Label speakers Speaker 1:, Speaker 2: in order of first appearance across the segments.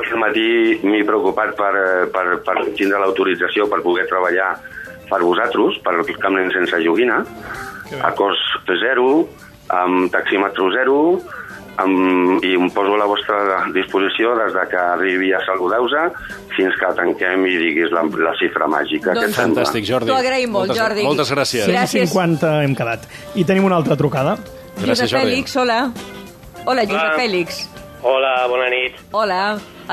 Speaker 1: Al matí m'he preocupat per, per, per tindre l'autorització per poder treballar per vosaltres, per el Camp Nen sense joguina, a
Speaker 2: Ah,
Speaker 1: cost zero, amb taxímetre zero, amb, i em poso a la vostra disposició des de que arribi a saludeu-se fins que tanquem i diguis la, la xifra màgica.
Speaker 3: Doncs-
Speaker 1: Què et sembla?
Speaker 4: Fantàstic, Jordi.
Speaker 3: T'ho agraïm molt,
Speaker 4: moltes,
Speaker 3: Jordi.
Speaker 4: Moltes gràcies.
Speaker 3: Gràcies.
Speaker 5: 150 hem quedat. I tenim una altra trucada.
Speaker 4: Gràcies,
Speaker 3: Josep
Speaker 4: Jordi.
Speaker 3: Fèlix, hola. Hola, Josep
Speaker 6: Hola.
Speaker 3: Fèlix.
Speaker 6: Hola, bona nit.
Speaker 3: Hola.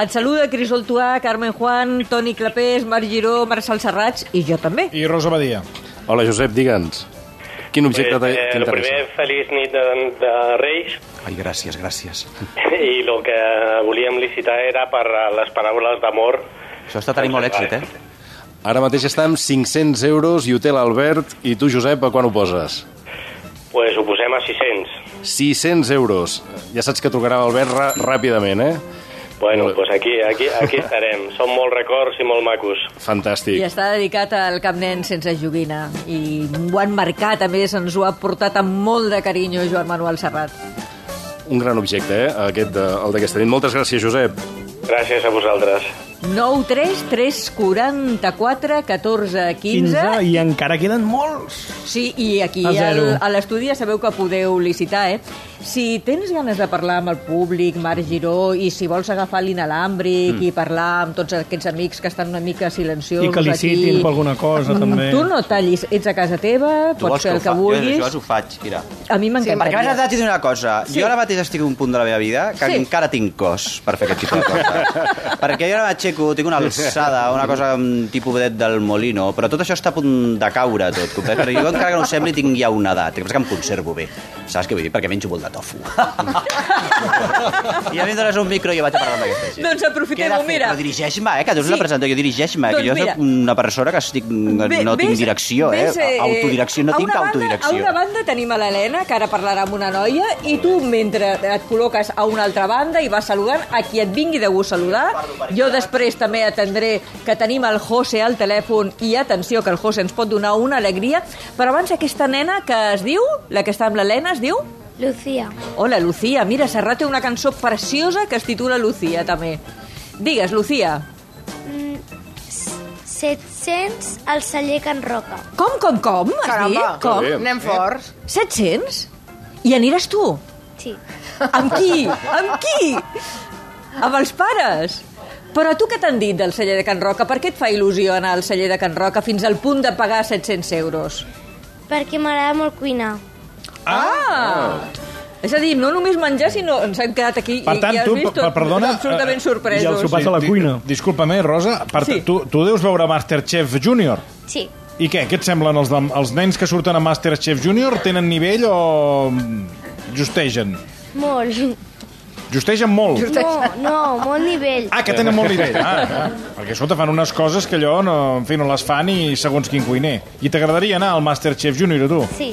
Speaker 3: Et saluda Crisol Tuà, Carmen Juan, Toni Clapés, Marc Giró, Marçal Serrats i jo també.
Speaker 7: I Rosa Badia.
Speaker 4: Hola, Josep, digue'ns. Quin objecte
Speaker 6: Pues,
Speaker 4: eh,
Speaker 6: eh, lo
Speaker 4: t'interessa?
Speaker 6: primer, feliç nit de, de Reis.
Speaker 7: Ai, gràcies, gràcies.
Speaker 6: I el que volíem licitar era per a les paraules d'amor.
Speaker 8: Això està tenint molt èxit, eh?
Speaker 4: Ara mateix està amb 500 euros i ho té l'Albert. I tu, Josep, a quan ho poses?
Speaker 6: pues ho posem a 600.
Speaker 4: 600 euros. Ja saps que trucarà l'Albert rà- ràpidament, eh?
Speaker 6: Bueno,
Speaker 4: Molt bé.
Speaker 6: pues aquí, aquí, aquí estarem. Són molts records i molt macos.
Speaker 4: Fantàstic.
Speaker 3: I està dedicat al Camp Nen sense joguina. I ho han marcat, a més, ens ho ha portat amb molt de carinyo Joan Manuel Serrat.
Speaker 4: Un gran objecte, eh? Aquest, de, el d'aquesta nit. Moltes gràcies, Josep.
Speaker 6: Gràcies a vosaltres.
Speaker 3: 9 3 3 44 14 15.
Speaker 5: 15 i encara queden molts.
Speaker 3: Sí, i aquí
Speaker 5: A zero.
Speaker 3: al, a l'estudi ja sabeu que podeu licitar, eh? Si tens ganes de parlar amb el públic, Marc Giró, i si vols agafar l'inalàmbric mm. i parlar amb tots aquests amics que estan una mica silenciosos
Speaker 5: I que licitin
Speaker 3: aquí...
Speaker 5: per alguna cosa,
Speaker 3: Mm,
Speaker 5: també.
Speaker 3: Tu no tallis, ets a casa teva,
Speaker 8: Tu
Speaker 3: pots
Speaker 8: vols
Speaker 3: fer el
Speaker 8: ho
Speaker 3: que
Speaker 8: fa-
Speaker 3: vulguis.
Speaker 8: Jo, jo ho faig, mira.
Speaker 3: A mi
Speaker 8: Sí, perquè
Speaker 3: m'encantaria.
Speaker 8: m'has de dir una cosa.
Speaker 3: Sí.
Speaker 8: Jo ara mateix estic en un punt de la meva vida que
Speaker 3: Sí.
Speaker 8: encara tinc cos per fer aquest tipus de coses. perquè jo ara m'aixeco, tinc una alçada, una cosa amb tipus vedet del molino, però tot això està a punt de caure tot. comprens? Perquè jo encara que no ho sembli tinc ja una edat. El que passa que em conservo bé. Saps què vull dir? Perquè menjo molt de tofu. I a mi em dones un micro i jo vaig a parlar amb aquesta gent.
Speaker 3: Doncs aprofitem-ho,
Speaker 8: Què he de fer?
Speaker 3: mira.
Speaker 8: Però dirigeix-me, eh, que tu ets
Speaker 3: Sí.
Speaker 8: la presentadora. Jo dirigeix-me,
Speaker 3: Doncs
Speaker 8: que jo
Speaker 3: mira.
Speaker 8: soc una persona que estic,
Speaker 3: Bé,
Speaker 8: no tinc
Speaker 3: ves-
Speaker 8: direcció,
Speaker 3: ves,
Speaker 8: eh? Autodirecció, no
Speaker 3: a
Speaker 8: tinc
Speaker 3: una banda-
Speaker 8: autodirecció.
Speaker 3: A una banda tenim a l'Helena, que ara parlarà amb una noia, i tu, mentre et col·loques a una altra banda i vas saludant a qui et vingui de gust saludar, jo després també atendré que tenim el José al telèfon i atenció, que el José ens pot donar una alegria, però abans aquesta nena que es diu, la que està amb l'Helena, es diu...
Speaker 9: Lucía,
Speaker 3: Hola, Lucía. Mira, Serrat té una cançó preciosa que es titula Lucía, també. Digues, Lucía.
Speaker 9: 700 Mm, al celler Can Roca.
Speaker 3: Com, com, com? Has
Speaker 10: Caramba.
Speaker 3: dit? Com?
Speaker 4: Molt bé.
Speaker 10: Anem forts.
Speaker 3: 700? I aniràs tu?
Speaker 9: Sí.
Speaker 3: Amb qui? Amb qui? Amb els pares? Però a tu què t'han dit del celler de Can Roca? Per què et fa il·lusió anar al celler de Can Roca fins al punt de pagar 700 euros?
Speaker 9: Perquè m'agrada molt cuinar.
Speaker 3: Ah! És a dir, no només menjar, sinó ens hem quedat aquí
Speaker 7: Per tant,
Speaker 3: i, i has
Speaker 7: tu, per-
Speaker 3: vist tots
Speaker 7: perdona...
Speaker 3: absolutament
Speaker 7: eh,
Speaker 3: sorpresos.
Speaker 5: i el sopar- Vas a la
Speaker 7: di-
Speaker 5: cuina.
Speaker 7: Disculpa-me, Rosa, per
Speaker 3: Sí.
Speaker 7: sí. tu, tu deus veure Masterchef Junior.
Speaker 9: Sí.
Speaker 7: I què? Què et semblen els, de, els nens que surten a Masterchef Junior? Tenen nivell o... justegen?
Speaker 9: Molt.
Speaker 7: Justegen molt.
Speaker 9: No, no, molt nivell.
Speaker 7: Ah, que tenen molt nivell. Ah, ah. Perquè, escolta, fan unes coses que allò, no, en fi, no les fan i segons quin cuiner. I t'agradaria anar al Masterchef Junior, a tu?
Speaker 9: Sí.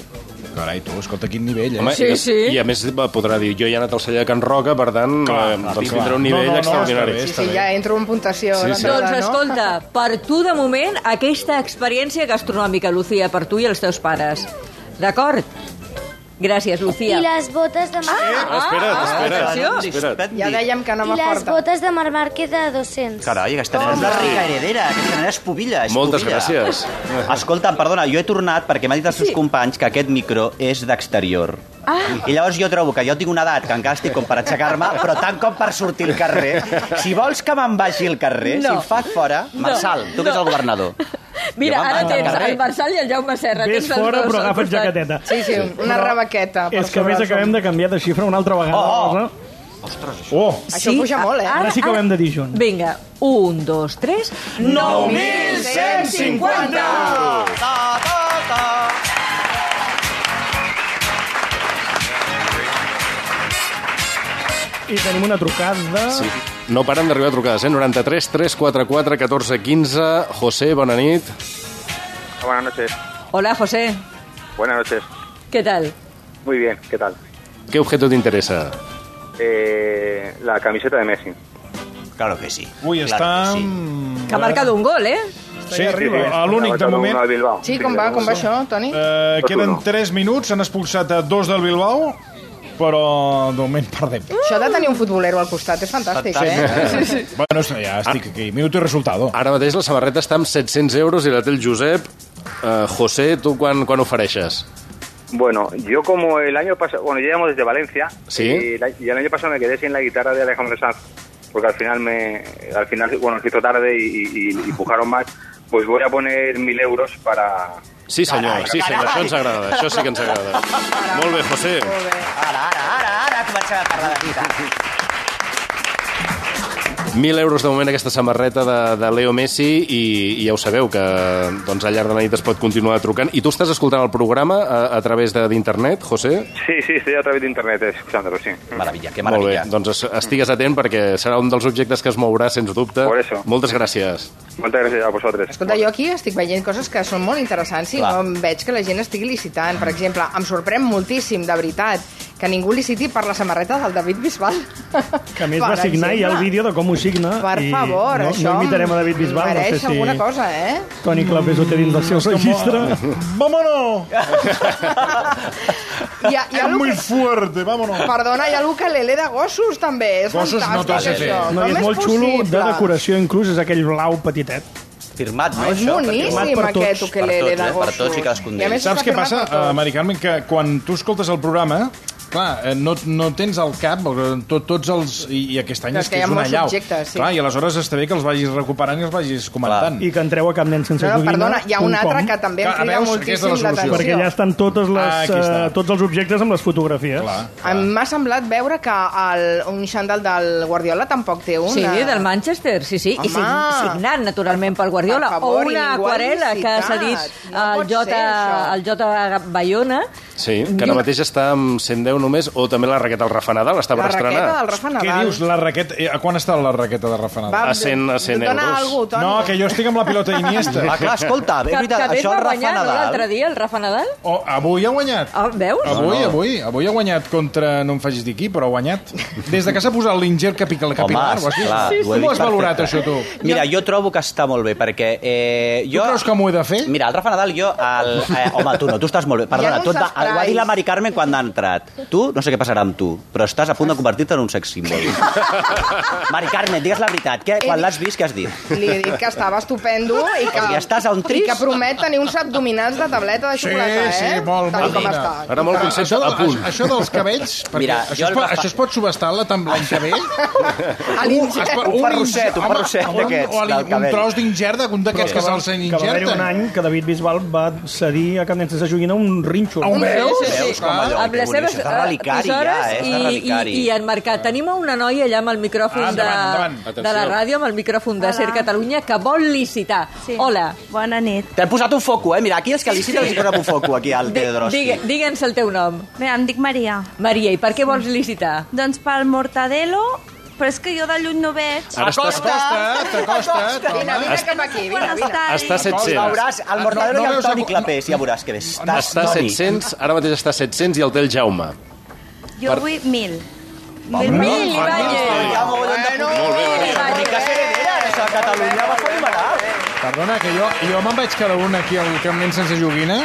Speaker 7: Carai, tu, escolta, quin nivell, eh?
Speaker 4: Home,
Speaker 3: Sí,
Speaker 4: i,
Speaker 3: sí.
Speaker 4: I a més podrà dir, jo he anat al celler de Can Roca, per tant,
Speaker 7: Clar,
Speaker 4: eh,
Speaker 7: clar,
Speaker 4: doncs
Speaker 7: clar.
Speaker 4: tindrà un
Speaker 7: No,
Speaker 4: nivell
Speaker 7: no, no,
Speaker 4: extraordinari.
Speaker 7: està bé,
Speaker 10: Sí, sí, ja entro en puntació.
Speaker 7: Sí,
Speaker 10: la
Speaker 7: sí.
Speaker 10: Paula,
Speaker 3: Doncs escolta, per tu de moment aquesta experiència gastronòmica, Lucía, per tu i els teus pares. D'acord? Gràcies, Lucía.
Speaker 9: I les botes de Mar,
Speaker 4: Ah, espera't, espera't.
Speaker 3: atenció.
Speaker 4: espera't.
Speaker 10: Ja dèiem que no
Speaker 9: i les
Speaker 10: m'aporta.
Speaker 9: botes de Mar Márquez de 200.
Speaker 8: Carai, aquesta nena és la rica heredera, aquesta nena és pubilla. És
Speaker 4: Moltes
Speaker 8: pubilla.
Speaker 4: gràcies.
Speaker 8: Escolta, perdona, jo he tornat perquè m'han dit els seus
Speaker 3: Sí.
Speaker 8: companys que aquest micro és d'exterior. Ah. I llavors jo trobo que jo tinc una edat que encara estic com per aixecar-me, però tant com per sortir al carrer. Si vols que me'n vagi al carrer,
Speaker 3: No.
Speaker 8: si em fas fora,
Speaker 3: No.
Speaker 8: Marçal, tu
Speaker 3: No.
Speaker 8: que ets el governador.
Speaker 3: Mira,
Speaker 8: Jo
Speaker 3: ara
Speaker 8: me'n vaig al
Speaker 3: tens
Speaker 8: carrer.
Speaker 3: el Marçal i el Jaume Serra.
Speaker 5: Ves
Speaker 3: tens els
Speaker 5: fora,
Speaker 3: dos
Speaker 5: però
Speaker 3: al
Speaker 5: agafa't
Speaker 3: costat.
Speaker 5: jaqueteta.
Speaker 10: Sí, sí, una rebaqueta. per
Speaker 5: És que a
Speaker 10: sobre
Speaker 5: més
Speaker 10: el
Speaker 5: acabem de canviar de xifra una altra vegada.
Speaker 8: Oh, oh.
Speaker 5: Rosa.
Speaker 7: Oh,
Speaker 10: Això puja molt, eh?
Speaker 5: Ara sí que ho hem de dir junts.
Speaker 3: Vinga, un, dos, tres...
Speaker 7: 9.150!
Speaker 8: Ta, ta, ta.
Speaker 5: I tenim una trucada.
Speaker 4: Sí. No paren d'arribar trucades, eh? 93 344 14 15. José, bona nit.
Speaker 6: Buenas noches.
Speaker 3: Hola, José.
Speaker 6: Buenas noches.
Speaker 3: Què tal?
Speaker 6: Muy bien, ¿qué tal?
Speaker 4: Què objecte t'interessa?
Speaker 6: Eh, la camiseta de Messi.
Speaker 8: Claro que sí.
Speaker 7: Avui
Speaker 8: claro
Speaker 7: està...
Speaker 8: que sí.
Speaker 3: Que ha marcat un gol, eh?
Speaker 7: Sí, arriba. L'únic, de moment...
Speaker 6: Bilbao.
Speaker 10: Sí, com va, com va això, Toni?
Speaker 7: Eh, queden 3 minuts, han expulsat a dos del Bilbao però de moment perdem.
Speaker 10: Això de tenir un futbolero al costat és fantàstic, eh? Sí, sí.
Speaker 7: Bueno, ja estic aquí. Minuto i resultado.
Speaker 4: Ara mateix la samarreta està amb 700 euros i la té el Josep. Uh, José, tu quan, quan ofereixes?
Speaker 2: Bueno, yo como el año pasado, bueno, yo llamo desde Valencia
Speaker 4: Sí.
Speaker 2: y, la- y el año pasado me quedé sin la guitarra de Alejandro Sanz porque al final me, al final, bueno, se hizo tarde y, y, y pujaron más. Pues voy a poner mil euros para.
Speaker 4: Sí, senyor,
Speaker 2: Carai,
Speaker 4: sí, senyor,
Speaker 2: carai.
Speaker 4: això ens agrada, això sí que ens agrada. Molt bé, José.
Speaker 8: Ara, ara, ara, ara comencem a parlar de vida.
Speaker 4: 1.000 euros de moment aquesta samarreta de, de Leo Messi i, i ja ho sabeu que doncs, al llarg de la nit es pot continuar trucant. I tu estàs escoltant el programa a, a través de- d'internet, José?
Speaker 2: Sí, sí, estoy a través de internet escuchándolo, sí.
Speaker 8: Maravilla, que
Speaker 4: Molt bé, doncs es- estigues atent perquè serà un dels objectes que es mourà, sens dubte.
Speaker 2: Por eso.
Speaker 4: Moltes gràcies.
Speaker 2: Muchas gracias a vosotros.
Speaker 10: Escolta, jo aquí estic veient coses que són molt interessants i
Speaker 4: Clar.
Speaker 10: no em veig que la gent estigui licitant. Per exemple, em sorprèn moltíssim, de veritat, que ningú liciti per la samarreta del David Bisbal.
Speaker 5: Que a més
Speaker 10: Per
Speaker 5: va signar i hi ha el
Speaker 10: exemple.
Speaker 5: vídeo de com ho signa.
Speaker 10: Per
Speaker 5: i
Speaker 10: favor,
Speaker 5: no,
Speaker 10: això
Speaker 5: No imitarem a David
Speaker 10: em
Speaker 5: Bisbal, no sé
Speaker 10: mereix
Speaker 5: si...
Speaker 10: alguna cosa, eh?
Speaker 5: Toni Clapés ho té dins del seu registre.
Speaker 7: ¡Vámonos!
Speaker 10: Hi ha, hi ha
Speaker 7: Es
Speaker 10: algú
Speaker 7: muy
Speaker 10: que...
Speaker 7: fuerte, vámonos.
Speaker 10: Perdona, hi ha l'ukelele de gossos, també. És
Speaker 7: Gossos no
Speaker 10: fantàstic,
Speaker 7: t'has de fer.
Speaker 10: això.
Speaker 5: No, i
Speaker 10: Com
Speaker 5: és molt xulo de
Speaker 10: possible?
Speaker 5: decoració, inclús és aquell blau petitet.
Speaker 8: Firmat, no,
Speaker 10: Ah, És
Speaker 8: això?
Speaker 10: boníssim,
Speaker 5: per tots.
Speaker 10: aquest ukelele
Speaker 8: Per tots,
Speaker 10: de
Speaker 8: eh? Per
Speaker 10: gossos.
Speaker 8: tots i cadascun
Speaker 10: I a
Speaker 8: d'ells.
Speaker 10: més,
Speaker 7: Saps
Speaker 10: està
Speaker 7: què
Speaker 10: firmat
Speaker 7: passa,
Speaker 10: per tots.
Speaker 7: eh, Mari Carmen? Que quan tu escoltes el programa, clar, eh, no, no tens al cap eh, tot, tots els... I, i aquest any
Speaker 10: Però
Speaker 7: és
Speaker 10: és que
Speaker 7: que
Speaker 10: hi ha
Speaker 7: és una
Speaker 10: molts
Speaker 7: llau.
Speaker 10: subjectes, sí.
Speaker 7: Clar, i aleshores està bé que els vagis recuperant i els vagis comentant.
Speaker 5: I que entreu a cap nen sense
Speaker 10: No, no,
Speaker 5: joguina.
Speaker 10: perdona, hi ha un altre que també em
Speaker 7: Clar,
Speaker 10: crida
Speaker 7: veus? Aquesta
Speaker 10: moltíssim
Speaker 7: és la solució.
Speaker 10: l'atenció.
Speaker 5: Perquè ja estan totes
Speaker 7: Ah,
Speaker 5: les,
Speaker 7: aquí està.
Speaker 5: eh, tots els objectes amb les fotografies.
Speaker 7: Clar.
Speaker 10: Em m'ha semblat veure que el, un xandall del Guardiola tampoc té una.
Speaker 3: Sí, del Manchester, sí, sí.
Speaker 10: Home.
Speaker 3: I sig- signat, naturalment, pel Guardiola.
Speaker 10: Per
Speaker 3: o
Speaker 10: favor, i
Speaker 3: una
Speaker 10: ningú ha
Speaker 3: aquarela que
Speaker 10: licitat.
Speaker 3: s'ha dit eh,
Speaker 10: No
Speaker 3: al
Speaker 10: pot
Speaker 3: Jota,
Speaker 10: ser, això.
Speaker 3: al Jota Bayona.
Speaker 4: Sí, que ara mateix està amb 110 només, o també la raqueta al Rafa Nadal, està per
Speaker 10: La raqueta
Speaker 4: estrenar.
Speaker 10: del Rafa
Speaker 7: Què
Speaker 10: Nadal.
Speaker 7: dius? La raqueta... eh, A quan està la raqueta de Rafa Nadal?
Speaker 4: A 100 a 100
Speaker 10: dona
Speaker 4: euros.
Speaker 10: Algú, Toni.
Speaker 7: No, que jo estic amb la pilota d'Iniesta.
Speaker 8: Ah, clar, escolta, és
Speaker 3: Que,
Speaker 8: veritat,
Speaker 3: que bé
Speaker 8: això
Speaker 3: va
Speaker 8: el Rafa
Speaker 3: guanyar no,
Speaker 8: Nadal...
Speaker 3: l'altre dia, el Rafa Nadal.
Speaker 7: O, Oh, avui ha guanyat.
Speaker 3: Ah,
Speaker 10: Oh,
Speaker 3: veus?
Speaker 7: Avui,
Speaker 8: No, no.
Speaker 7: avui, avui ha guanyat contra... No em facis dir qui, però ha guanyat. Des de que s'ha posat l'inger capical capilar.
Speaker 8: Home, esclar, ho he
Speaker 7: com
Speaker 8: dit
Speaker 7: ho has valorat, això,
Speaker 8: perfecte.
Speaker 7: tu?
Speaker 8: Mira, jo trobo que està molt bé, perquè... Eh,
Speaker 7: Tu
Speaker 8: jo...
Speaker 7: creus que m'ho he de fer?
Speaker 8: Mira, el Rafa Nadal, jo... El, eh, home, tu no, tu estàs molt bé. Perdona,
Speaker 10: Hi ha
Speaker 8: tot va,
Speaker 10: uns
Speaker 8: ho ha dit
Speaker 10: esprais.
Speaker 8: la Mari Carmen quan ha entrat. Tu, no sé què passarà amb tu, però estàs a punt de convertir-te en un sex símbol. Mari Carmen, digues la veritat. Què, quan l'has vist, què has dit?
Speaker 10: Li he dit que estava estupendo i que,
Speaker 8: O sigui, estàs a un tris?
Speaker 10: i que promet tenir uns abdominals de tableta de
Speaker 7: Sí,
Speaker 10: xocolata, eh?
Speaker 7: sí, molt,
Speaker 10: Tal
Speaker 7: molt
Speaker 10: com
Speaker 7: fina.
Speaker 10: està.
Speaker 4: Ara molt concepte
Speaker 7: Això, de-
Speaker 4: a punt.
Speaker 7: a- això dels cabells, perquè
Speaker 8: Mira,
Speaker 7: Mira,
Speaker 8: jo
Speaker 7: això,
Speaker 8: el
Speaker 7: es pot,
Speaker 8: Rafa-
Speaker 7: això es pot subestar la tan blanc que ve?
Speaker 10: A l'inger.
Speaker 8: Un parrosset, un parrosset d'aquests,
Speaker 7: O
Speaker 8: del
Speaker 7: un, un
Speaker 8: cabell.
Speaker 7: tros d'ingert, d'un d'aquests que se'ls
Speaker 5: que va haver un
Speaker 7: ingerten.
Speaker 5: any que David Bisbal va cedir a Cap Nen Sense Joguina un rínxol.
Speaker 7: Ho veus?
Speaker 3: Sí, sí, sí.
Speaker 7: Veus com allò?
Speaker 3: amb
Speaker 8: que
Speaker 3: les
Speaker 8: bonic,
Speaker 3: seves
Speaker 8: és de
Speaker 3: eh,
Speaker 8: relicari, ja,
Speaker 3: tisores
Speaker 8: és de
Speaker 3: i,
Speaker 8: relicari.
Speaker 3: i, i han marcat. Tenim una noia allà amb el micròfon
Speaker 7: Ah, endavant,
Speaker 3: de,
Speaker 7: endavant.
Speaker 3: de la
Speaker 4: Atenció.
Speaker 3: ràdio, amb el micròfon de Ser Catalunya, que vol licitar. Hola,
Speaker 11: Bona nit.
Speaker 8: T'hem posat un foco, eh? Mira, aquí els que liciten els hi posem un foco, aquí al Teodroski.
Speaker 3: digue- digue'ns el teu nom.
Speaker 11: Bé, em dic Maria.
Speaker 3: Maria, i per què vols licitar?
Speaker 11: Doncs pel Mortadelo, però és que jo de lluny no veig.
Speaker 4: Ara estàs,
Speaker 7: T'acosta't, t'acosta't,
Speaker 10: Vine,
Speaker 7: home.
Speaker 10: vine cap aquí, vine,
Speaker 11: Quan
Speaker 10: vine.
Speaker 11: està ell.
Speaker 4: està a
Speaker 8: Ja
Speaker 4: 700.
Speaker 8: Veuràs, el Mortadelo
Speaker 7: Ah, No, no
Speaker 8: i el
Speaker 7: veus
Speaker 8: Toni
Speaker 7: la-
Speaker 8: Clapés, ja veuràs que bé. Estàs,
Speaker 4: Està a
Speaker 8: Toni.
Speaker 4: 700, ara mateix està a 700 i el té el Jaume.
Speaker 11: Jo
Speaker 4: per-
Speaker 11: vull mil.
Speaker 8: Home,
Speaker 3: Mil i
Speaker 8: home,
Speaker 3: valle.
Speaker 8: Hi ha mogollon de
Speaker 4: Molt bé, Maria.
Speaker 8: Ni que ser heredera, això, a Catalunya va fer malar.
Speaker 7: Perdona, que jo, jo me'n vaig quedar un aquí al Camp Nen sense joguina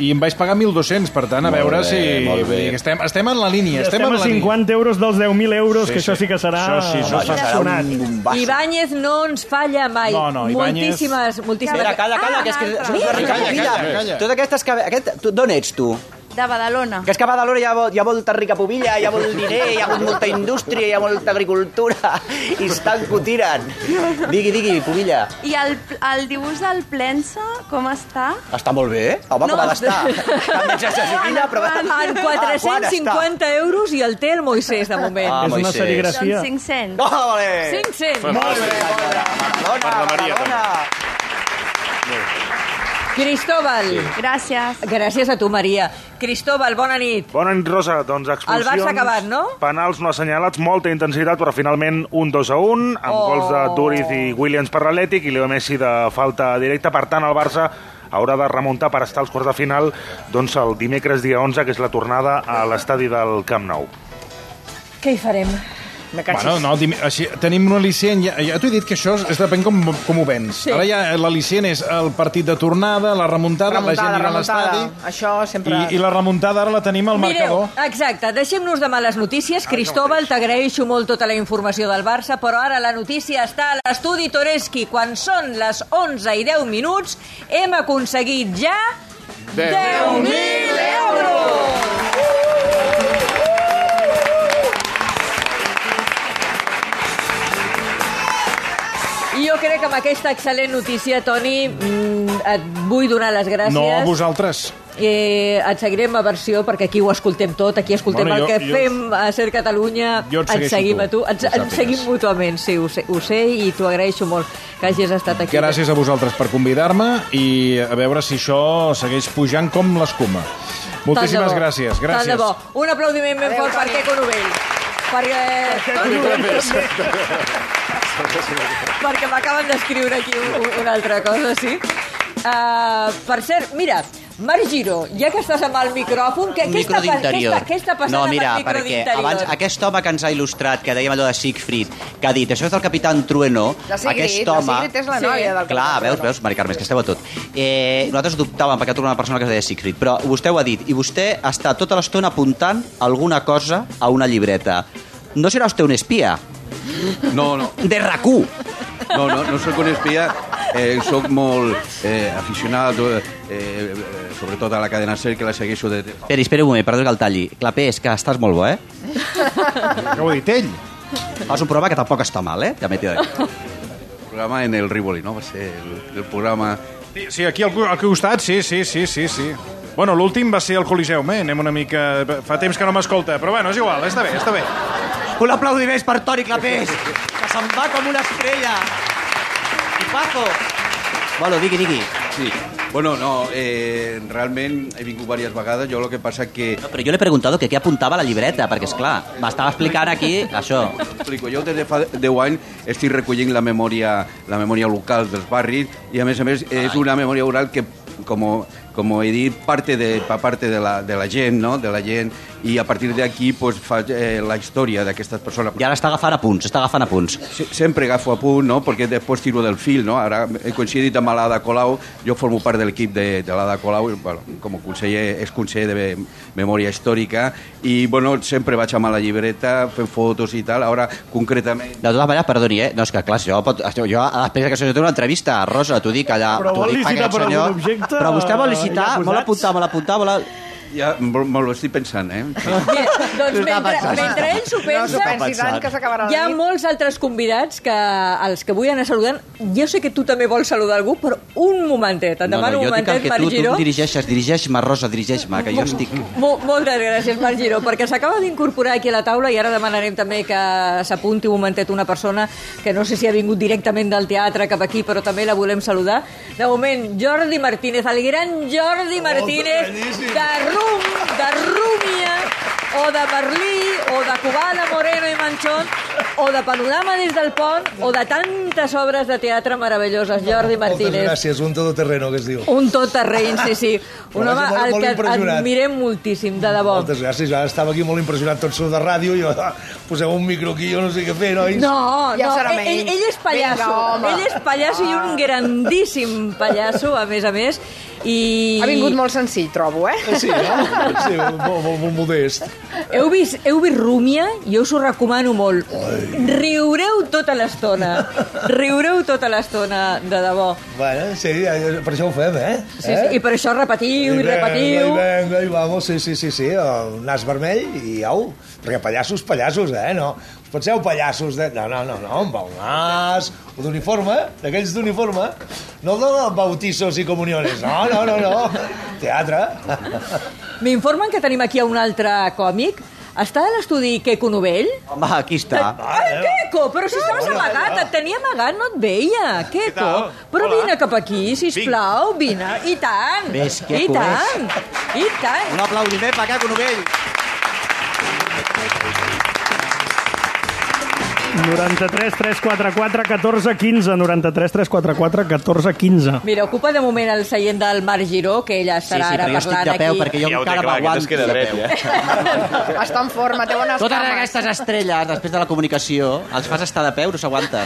Speaker 7: i em vaig pagar 1.200, per tant, a
Speaker 8: Molt
Speaker 7: veure
Speaker 8: bé,
Speaker 7: si...
Speaker 8: molt bé.
Speaker 7: vull dir que Estem, estem en la línia, estem,
Speaker 5: Estem,
Speaker 7: en
Speaker 5: a
Speaker 7: la línia.
Speaker 5: 50 euros dels 10.000 euros,
Speaker 7: Sí,
Speaker 5: que això
Speaker 7: sí.
Speaker 5: sí que serà...
Speaker 7: Això sí, això
Speaker 8: Això serà
Speaker 5: sonat.
Speaker 8: un bombasso.
Speaker 3: Ibáñez no ens falla mai.
Speaker 7: No, no, Ibáñez-
Speaker 3: Moltíssimes, moltíssimes...
Speaker 8: Espera, calla, calla, que és que...
Speaker 11: Ah,
Speaker 8: això és una rica
Speaker 7: calla,
Speaker 8: pubilla.
Speaker 7: calla, calla.
Speaker 8: Totes aquestes que... Aquest, tu, d'on ets, tu?
Speaker 11: De Badalona.
Speaker 8: Que és que a Badalona hi ha, vol- hi ha molta rica pubilla, hi ha molt diner, hi ha hagut molta indústria, hi ha molta agricultura, i estan que ho tiren. Digui, digui, pubilla.
Speaker 11: I el, el dibuix del Plensa, com està?
Speaker 8: Està molt bé, eh? home,
Speaker 3: No,
Speaker 8: com ha d'estar.
Speaker 3: està-
Speaker 8: També és assassina, però...
Speaker 3: En
Speaker 8: Ah, quan
Speaker 3: 450 euros i el té el Moisés, de moment.
Speaker 8: Ah,
Speaker 5: És una
Speaker 8: Moisés.
Speaker 5: serigrafia.
Speaker 11: Doncs 500.
Speaker 8: està? Oh, vale!
Speaker 3: 500.
Speaker 4: Molt bé.
Speaker 8: Badalona,
Speaker 4: Per la Maria,
Speaker 8: Badalona.
Speaker 3: Cristóbal,
Speaker 11: Gràcies.
Speaker 3: gràcies a tu, Maria. Cristóbal, bona nit.
Speaker 12: Bona nit, Rosa. Doncs expulsions...
Speaker 3: El Barça acabat, no?
Speaker 12: Penals no assenyalats, molta intensitat, però finalment un 2 a 1, amb
Speaker 3: Oh.
Speaker 12: gols de Duriz i Williams per l'Atlètic i Leo Messi de falta directa. Per tant, el Barça haurà de remuntar per estar als quarts de final doncs el dimecres dia 11, que és la tornada a l'estadi del Camp Nou.
Speaker 3: Què hi farem?
Speaker 10: Me cachis.
Speaker 7: Bueno, no, dim- així, tenim un al·licient... Ja, ja t'ho he dit que això és, és depèn com, com ho vens.
Speaker 10: Sí.
Speaker 7: Sí. Ara ja l'al·licient és el partit de tornada, la remuntada, la gent
Speaker 10: remuntada,
Speaker 7: anirà a
Speaker 10: remuntada.
Speaker 7: l'estadi...
Speaker 10: Això sempre...
Speaker 7: I, I la remuntada ara la tenim al marcador.
Speaker 3: Mireu, exacte, deixem-nos de males notícies. Cristóbal, t'agraeixo molt tota la informació del Barça, però ara la notícia està a l'estudi Toreski. Quan són les 11 i 10 minuts, hem aconseguit ja... 10.000 euros! I Jo crec que amb aquesta excel·lent notícia, Toni, mm, et vull donar les gràcies.
Speaker 7: No a vosaltres.
Speaker 3: Eh, et seguirem a versió, perquè aquí ho escoltem tot, aquí escoltem
Speaker 7: Bueno, jo-
Speaker 3: bueno, el que
Speaker 7: jo-
Speaker 3: fem a Ser Catalunya,
Speaker 7: Jo et segueixo
Speaker 3: seguim
Speaker 7: tu,
Speaker 3: a tu, ens,
Speaker 7: que
Speaker 3: ens
Speaker 7: sàpigues.
Speaker 3: seguim mútuament, sí, ho sé, ho sé i t'ho agraeixo molt que hagis estat aquí.
Speaker 7: Gràcies a vosaltres per convidar-me i a veure si això segueix pujant com l'escuma.
Speaker 3: Tant de
Speaker 7: Moltíssimes
Speaker 3: bo.
Speaker 7: gràcies. Gràcies.
Speaker 3: Tant de bo. Un aplaudiment ben fort per Queco Novell. Perquè... perquè m'acaben d'escriure aquí un- una altra cosa, sí. Uh, per cert, mira, Marc Giró, ja que estàs amb el micròfon, què, què, està, pa-
Speaker 8: micro
Speaker 3: què,
Speaker 8: d'interior.
Speaker 3: està, què està passant
Speaker 8: no, mira,
Speaker 3: amb el micro
Speaker 8: perquè
Speaker 3: d'interior?
Speaker 8: abans aquest home que ens ha il·lustrat, que dèiem allò de Siegfried, que ha dit, això és del Capitán Trueno,
Speaker 10: La Sigrid,
Speaker 8: aquest
Speaker 10: la
Speaker 8: home...
Speaker 10: Sigrid és la
Speaker 8: Sí.
Speaker 10: nòvia del
Speaker 8: Clar,
Speaker 10: Capitán
Speaker 8: veus, veus, Mari Carmes, que esteu a tot. Eh, nosaltres dubtàvem perquè ha tornat una persona que es deia Siegfried, però vostè ho ha dit, i vostè està tota l'estona apuntant alguna cosa a una llibreta. No serà vostè un espia?
Speaker 13: No, no.
Speaker 8: De RAC1.
Speaker 13: No, no, no sóc un espia, eh, sóc molt eh, aficionat, eh, eh, sobretot a la cadena SER, que la segueixo de...
Speaker 8: Espera, espera un moment, Eh, perdó que el talli. Clapé, és que estàs molt bo, eh?
Speaker 7: Què ho ha dit ell?
Speaker 8: Fas un programa que tampoc està mal, eh? També t'he de dir.
Speaker 13: programa en el Rivoli, no? Va ser el, el programa...
Speaker 7: Sí, sí, aquí al, cu- al costat, sí, sí, sí, sí, sí. Bueno, l'últim va ser al Coliseum, eh? Anem una mica... Fa temps que no m'escolta, però bueno, és igual, està bé, està bé.
Speaker 8: Un aplaudiment per Toni Clapés, que se'n va com una estrella. I Paco. Bueno, digui, digui.
Speaker 13: Sí. Bueno, no, eh, realment he vingut diverses vegades, jo el que passa que...
Speaker 8: Però jo l'he preguntat que què apuntava a la llibreta, perquè, és clar, m'estava explicant aquí això.
Speaker 13: Explico, jo des de fa 10 anys estic recollint la memòria, la memòria local dels barris i a més a més és una memòria oral que com, com he dit, parte de, pa parte de, la, de la gent, no? de la gent, i a partir d'aquí pues, faig eh, la història d'aquestes persones.
Speaker 8: I ara està agafant a punts, està agafant a punts.
Speaker 13: Se- Sempre agafo a punt, no? perquè després tiro del fil. No? Ara he coincidit amb l'Ada Colau, jo formo part de l'equip de, de l'Ada Colau, i, bueno, com a conseller, és conseller de me- memòria històrica, i bueno, sempre vaig amb la llibreta fent fotos i tal, ara concretament...
Speaker 8: De totes maneres, perdoni, eh? No, és que, clar, si jo, pot, jo, jo a després que això jo tinc una entrevista, Rosa, t'ho dic allà...
Speaker 13: Però
Speaker 8: t'ho
Speaker 13: vol
Speaker 8: dic
Speaker 13: licitar
Speaker 8: aquest
Speaker 13: per algun
Speaker 8: senyor.
Speaker 13: objecte?
Speaker 8: Però vostè vol licitar,
Speaker 13: Ja
Speaker 8: vol
Speaker 13: posats?
Speaker 8: apuntar, vol apuntar, vol...
Speaker 13: Ja me lo estic pensant, eh?
Speaker 3: Bé, doncs
Speaker 8: S'ho està
Speaker 3: mentre,
Speaker 8: pensant.
Speaker 3: mentre ell s'ho
Speaker 10: No
Speaker 3: pensa,
Speaker 10: s'ho pensi tant, que s'acabarà la
Speaker 3: hi ha
Speaker 10: nit.
Speaker 3: molts altres convidats que els que vull anar saludant. Jo sé que tu també vols saludar algú, però un momentet. Et demano
Speaker 8: jo
Speaker 3: un
Speaker 8: dic el
Speaker 3: momentet,
Speaker 8: que tu,
Speaker 3: Marc
Speaker 8: tu
Speaker 3: Giró.
Speaker 8: dirigeixes, dirigeix-me, Rosa, dirigeix-me, que jo estic...
Speaker 3: Mo moltes gràcies, Marc Giró, perquè s'acaba d'incorporar aquí a la taula i ara demanarem també que s'apunti un momentet una persona que no sé si ha vingut directament del teatre cap aquí, però també la volem saludar. De moment, Jordi Martínez, el gran Jordi
Speaker 14: Oh,
Speaker 3: Martínez de Rum, de Rúmia, o de Berlí, o de Cubana, Moreno i Manchón, o de Panorama des del pont, o de tantes obres de teatre meravelloses. Jordi
Speaker 14: Moltes
Speaker 3: Martínez.
Speaker 14: gràcies, un todoterreno que es diu.
Speaker 3: Un tot terreny, sí, sí. Un
Speaker 14: Però
Speaker 3: home
Speaker 14: vaja, molt-
Speaker 3: al
Speaker 14: molt
Speaker 3: que
Speaker 14: impressionat.
Speaker 3: admirem moltíssim, de debò.
Speaker 14: Moltes gràcies, jo ara estava aquí molt impressionat, tots sou de ràdio, jo, ah, poseu un micro aquí, jo no sé què fer, nois.
Speaker 3: No,
Speaker 10: Ja
Speaker 3: no,
Speaker 10: serà
Speaker 3: ell, ell,
Speaker 10: menys.
Speaker 3: ell és pallasso.
Speaker 10: Vinga, home. Ah.
Speaker 3: ell és pallasso i un grandíssim pallasso, a més a més. I...
Speaker 10: Ha vingut molt senzill, trobo, eh?
Speaker 14: Sí, no? Sí, molt, molt, molt modest.
Speaker 3: Heu vist, heu vist Rúmia? Jo us ho recomano molt. Riureu tota l'estona. Riureu tota l'estona, de debò.
Speaker 14: Bueno, sí, ja- ja- per això ho fem, eh?
Speaker 3: Sí, sí. I per això repetiu i
Speaker 14: venga,
Speaker 3: repetiu.
Speaker 14: I venga, i vamos, sí, sí, sí, sí, el nas vermell i au, perquè pallassos, pallassos, eh, no? Us penseu pallassos de... No, no, no, no, amb el nas, o d'uniforme, d'aquells d'uniforme, no de bautizos i comuniones, no, no, no, no, teatre.
Speaker 3: M'informen que tenim aquí a un altre còmic. Està a l'estudi Queco Novell?
Speaker 8: Home, aquí està.
Speaker 3: Ai, Queco, Ah, eh, però si estaves amagat, et tenia amagat, no et veia,
Speaker 5: Ah,
Speaker 3: Queco. Però vine cap aquí, sisplau, vine. I tant,
Speaker 8: Ves,
Speaker 3: i
Speaker 8: Queco,
Speaker 3: tant, i tant.
Speaker 8: Un aplaudiment per Caco Novell.
Speaker 5: 93 344 14 15 93 344 14 15
Speaker 3: Mira, ocupa de moment el seient del Marc Giró, que ella estarà
Speaker 5: sí,
Speaker 3: ara
Speaker 5: però jo
Speaker 3: parlant
Speaker 5: estic de peu
Speaker 3: aquí.
Speaker 5: perquè jo Ja ho té encara clar, aquest es queda dret, eh?
Speaker 10: Està en forma, té bones
Speaker 3: Tota
Speaker 8: Totes
Speaker 10: cames.
Speaker 8: aquestes estrelles, després de la comunicació, els fas estar de peu, no s'aguanta.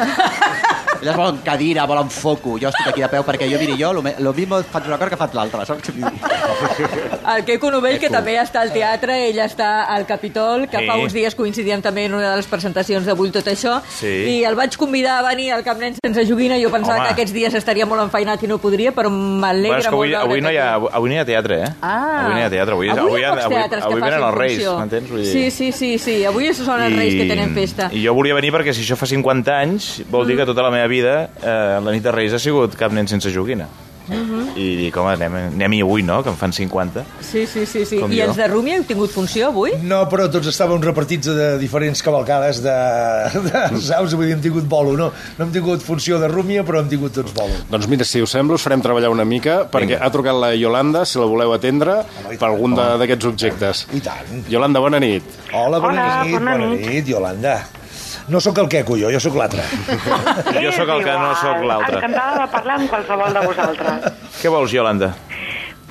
Speaker 8: Elles volen cadira, volen foco. Jo estic aquí de peu perquè jo, miri, jo, lo, me- lo mismo faig una cosa que faig l'altra, saps?
Speaker 3: El Queco
Speaker 15: Eh,
Speaker 3: Novell, que també està al teatre, ell està al Capitol, que
Speaker 8: Sí.
Speaker 3: fa uns dies coincidien també en una de les presentacions d'avui tot això,
Speaker 15: Sí.
Speaker 3: i el vaig convidar a venir al Camp Nen sense joguina, jo pensava
Speaker 15: Home.
Speaker 3: que aquests dies estaria molt enfeinat i no podria, però
Speaker 15: Bueno, és
Speaker 3: m'alegra
Speaker 15: que avui,
Speaker 3: molt veure
Speaker 15: avui, no hi ha, avui no hi ha teatre, eh?
Speaker 3: Ah.
Speaker 15: Avui no hi ha teatre. Avui,
Speaker 3: Avui hi ha pocs
Speaker 15: avui,
Speaker 3: teatres que
Speaker 15: avui venen
Speaker 3: facin
Speaker 15: els Reis,
Speaker 3: funció.
Speaker 15: m'entens? Vull dir-
Speaker 3: Sí, sí, sí, sí, avui són els Reis que tenen festa. Mm.
Speaker 15: I jo volia venir perquè si això fa 50 anys vol dir que tota la meva vida eh, la nit de Reis ha sigut cap nen sense joguina.
Speaker 3: Mhm.
Speaker 15: I dic, home, anem, anem-hi avui, no?, que en fan 50.
Speaker 3: Sí, sí, sí, sí.
Speaker 15: Com
Speaker 3: I
Speaker 15: jo.
Speaker 3: els de Rumi heu tingut funció avui?
Speaker 14: No, però tots estàvem repartits de diferents cavalcades de, de saps? Vull dir, hem tingut bolo, no? No hem tingut funció de rúmia, però hem tingut tots bolo.
Speaker 4: Doncs mira, si us sembla, us farem treballar una mica, perquè ha trucat la Yolanda, si la voleu atendre, per algun de- d'aquests objectes.
Speaker 14: I tant.
Speaker 4: Yolanda, bona nit.
Speaker 14: Hola, bona
Speaker 16: Hola,
Speaker 14: nit,
Speaker 16: bona
Speaker 14: bona
Speaker 16: nit.
Speaker 14: nit, Yolanda. No sóc el queco, jo, jo sóc l'altre.
Speaker 15: Jo sóc el que no sóc l'altre.
Speaker 16: Encantada de parlar amb qualsevol de vosaltres.
Speaker 15: Què vols, Yolanda?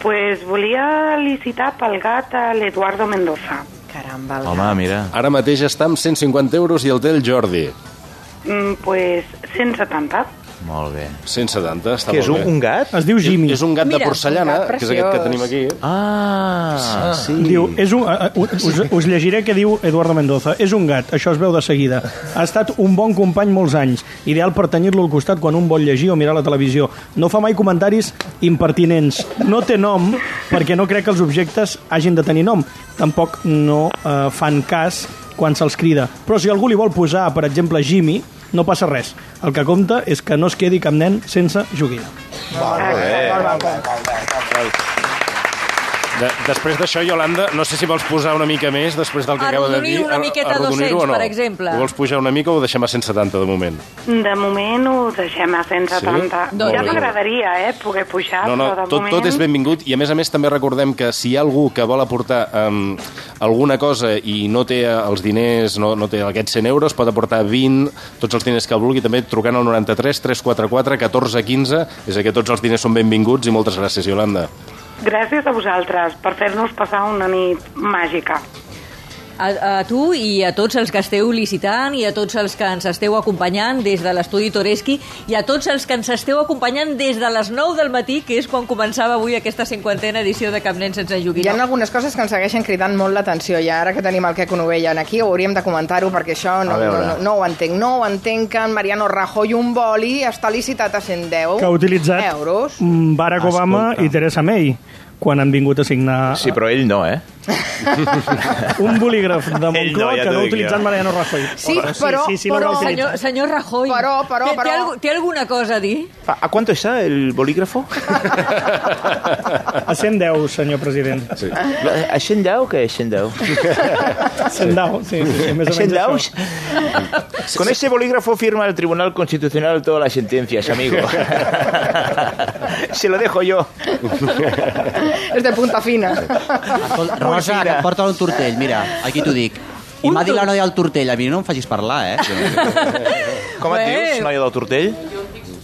Speaker 16: pues volia licitar pel gat a l'Eduardo Mendoza. Caramba.
Speaker 15: Home, mira.
Speaker 4: Ara mateix està amb 150 euros i el té el Jordi.
Speaker 16: Mm, pues 170.
Speaker 15: Molt bé.
Speaker 4: 170, està
Speaker 15: Què, és
Speaker 4: molt
Speaker 15: un-
Speaker 4: bé.
Speaker 15: un gat?
Speaker 4: Es diu Jimmy. És, és un gat
Speaker 5: Mira,
Speaker 4: de porcellana,
Speaker 5: un gat
Speaker 4: que és aquest que
Speaker 5: preciós.
Speaker 4: tenim aquí.
Speaker 15: Ah, sí.
Speaker 5: Diu, és un, uh, uh, us, us llegiré què diu Eduardo Mendoza. És un gat, això es veu de seguida. Ha estat un bon company molts anys, ideal per tenir-lo al costat quan un vol llegir o mirar la televisió. No fa mai comentaris impertinents. No té nom perquè no crec que els objectes hagin de tenir nom. Tampoc no uh, fan cas quan se'ls crida. Però si algú li vol posar, per exemple, Jimmy, no passa res. El que compta és que no es quedi cap nen sense joguina.
Speaker 16: Ah,
Speaker 4: De, després d'això, Yolanda, no sé si vols posar una mica més després del que acaba de
Speaker 16: Arrodonir
Speaker 4: dir.
Speaker 16: una
Speaker 4: ar-
Speaker 16: miqueta a
Speaker 4: arrodonir-ho o
Speaker 16: 200, per exemple.
Speaker 4: Ho vols pujar una mica o ho deixem a 170 de moment?
Speaker 16: De moment ho deixem a 170.
Speaker 4: Sí?
Speaker 16: Sí? Ja
Speaker 4: Molt bé.
Speaker 16: m'agradaria, eh, poder pujar,
Speaker 3: Ah,
Speaker 4: No, no,
Speaker 16: però de
Speaker 4: tot,
Speaker 16: moment...
Speaker 4: tot és benvingut i a més a més també recordem que si hi ha algú que vol aportar um, alguna cosa i no té eh, els diners, no, no té aquests 100 euros, pot aportar 20, tots els diners que vulgui, també trucant al 93 344 14 15, és a dir que tots els diners són benvinguts i moltes gràcies, Yolanda.
Speaker 16: Gràcies a vosaltres per fer-nos passar una nit màgica.
Speaker 3: A, a tu i a tots els que esteu licitant i a tots els que ens esteu acompanyant des de l'estudi Toreski i a tots els que ens esteu acompanyant des de les 9 del matí, que és quan començava avui aquesta cinquantena edició de Cap Nen sense
Speaker 10: Hi ha
Speaker 3: joguina.
Speaker 10: algunes coses que ens segueixen cridant molt l'atenció i ara que tenim el Queco Novella en aquí ho hauríem de comentar-ho perquè això no,
Speaker 5: A
Speaker 10: no,
Speaker 5: veure.
Speaker 10: no, no ho entenc. No ho entenc que en Mariano Rajoy un boli està licitat a 110
Speaker 5: que ha utilitzat
Speaker 10: euros.
Speaker 5: mm, Barack Obama i Theresa May quan han vingut a signar
Speaker 15: Sí, però ell no, eh?
Speaker 5: un bolígraf de
Speaker 15: no,
Speaker 5: Moncloa
Speaker 15: ja
Speaker 5: que
Speaker 15: t'ho
Speaker 5: no ha
Speaker 15: dic
Speaker 5: utilitzat
Speaker 15: jo.
Speaker 5: Mariano Rajoy.
Speaker 10: Sí, però,
Speaker 5: sí, sí,
Speaker 10: però,
Speaker 5: l'haurà utilitzat.
Speaker 3: Senyor, senyor Rajoy, però, però, té, té, algu- té alguna cosa a dir?
Speaker 15: ¿A cuánto está el bolígrafo?
Speaker 5: A 110, senyor president.
Speaker 4: Sí.
Speaker 15: A Xendau, què és Xendau?
Speaker 5: Xendau, sí, sí, sí, més o menys
Speaker 15: Xendau?
Speaker 5: això.
Speaker 15: Con ese bolígrafo firma el Tribunal Constitucional todas las sentencias, amigo. Se lo dejo yo.
Speaker 10: És de punta fina.
Speaker 8: Escolta, Rosa, que et porta un tortell, mira, aquí t'ho dic. I m'ha dit la noia del tortell, a mi no em facis parlar, eh?
Speaker 15: Com et dius, noia del tortell?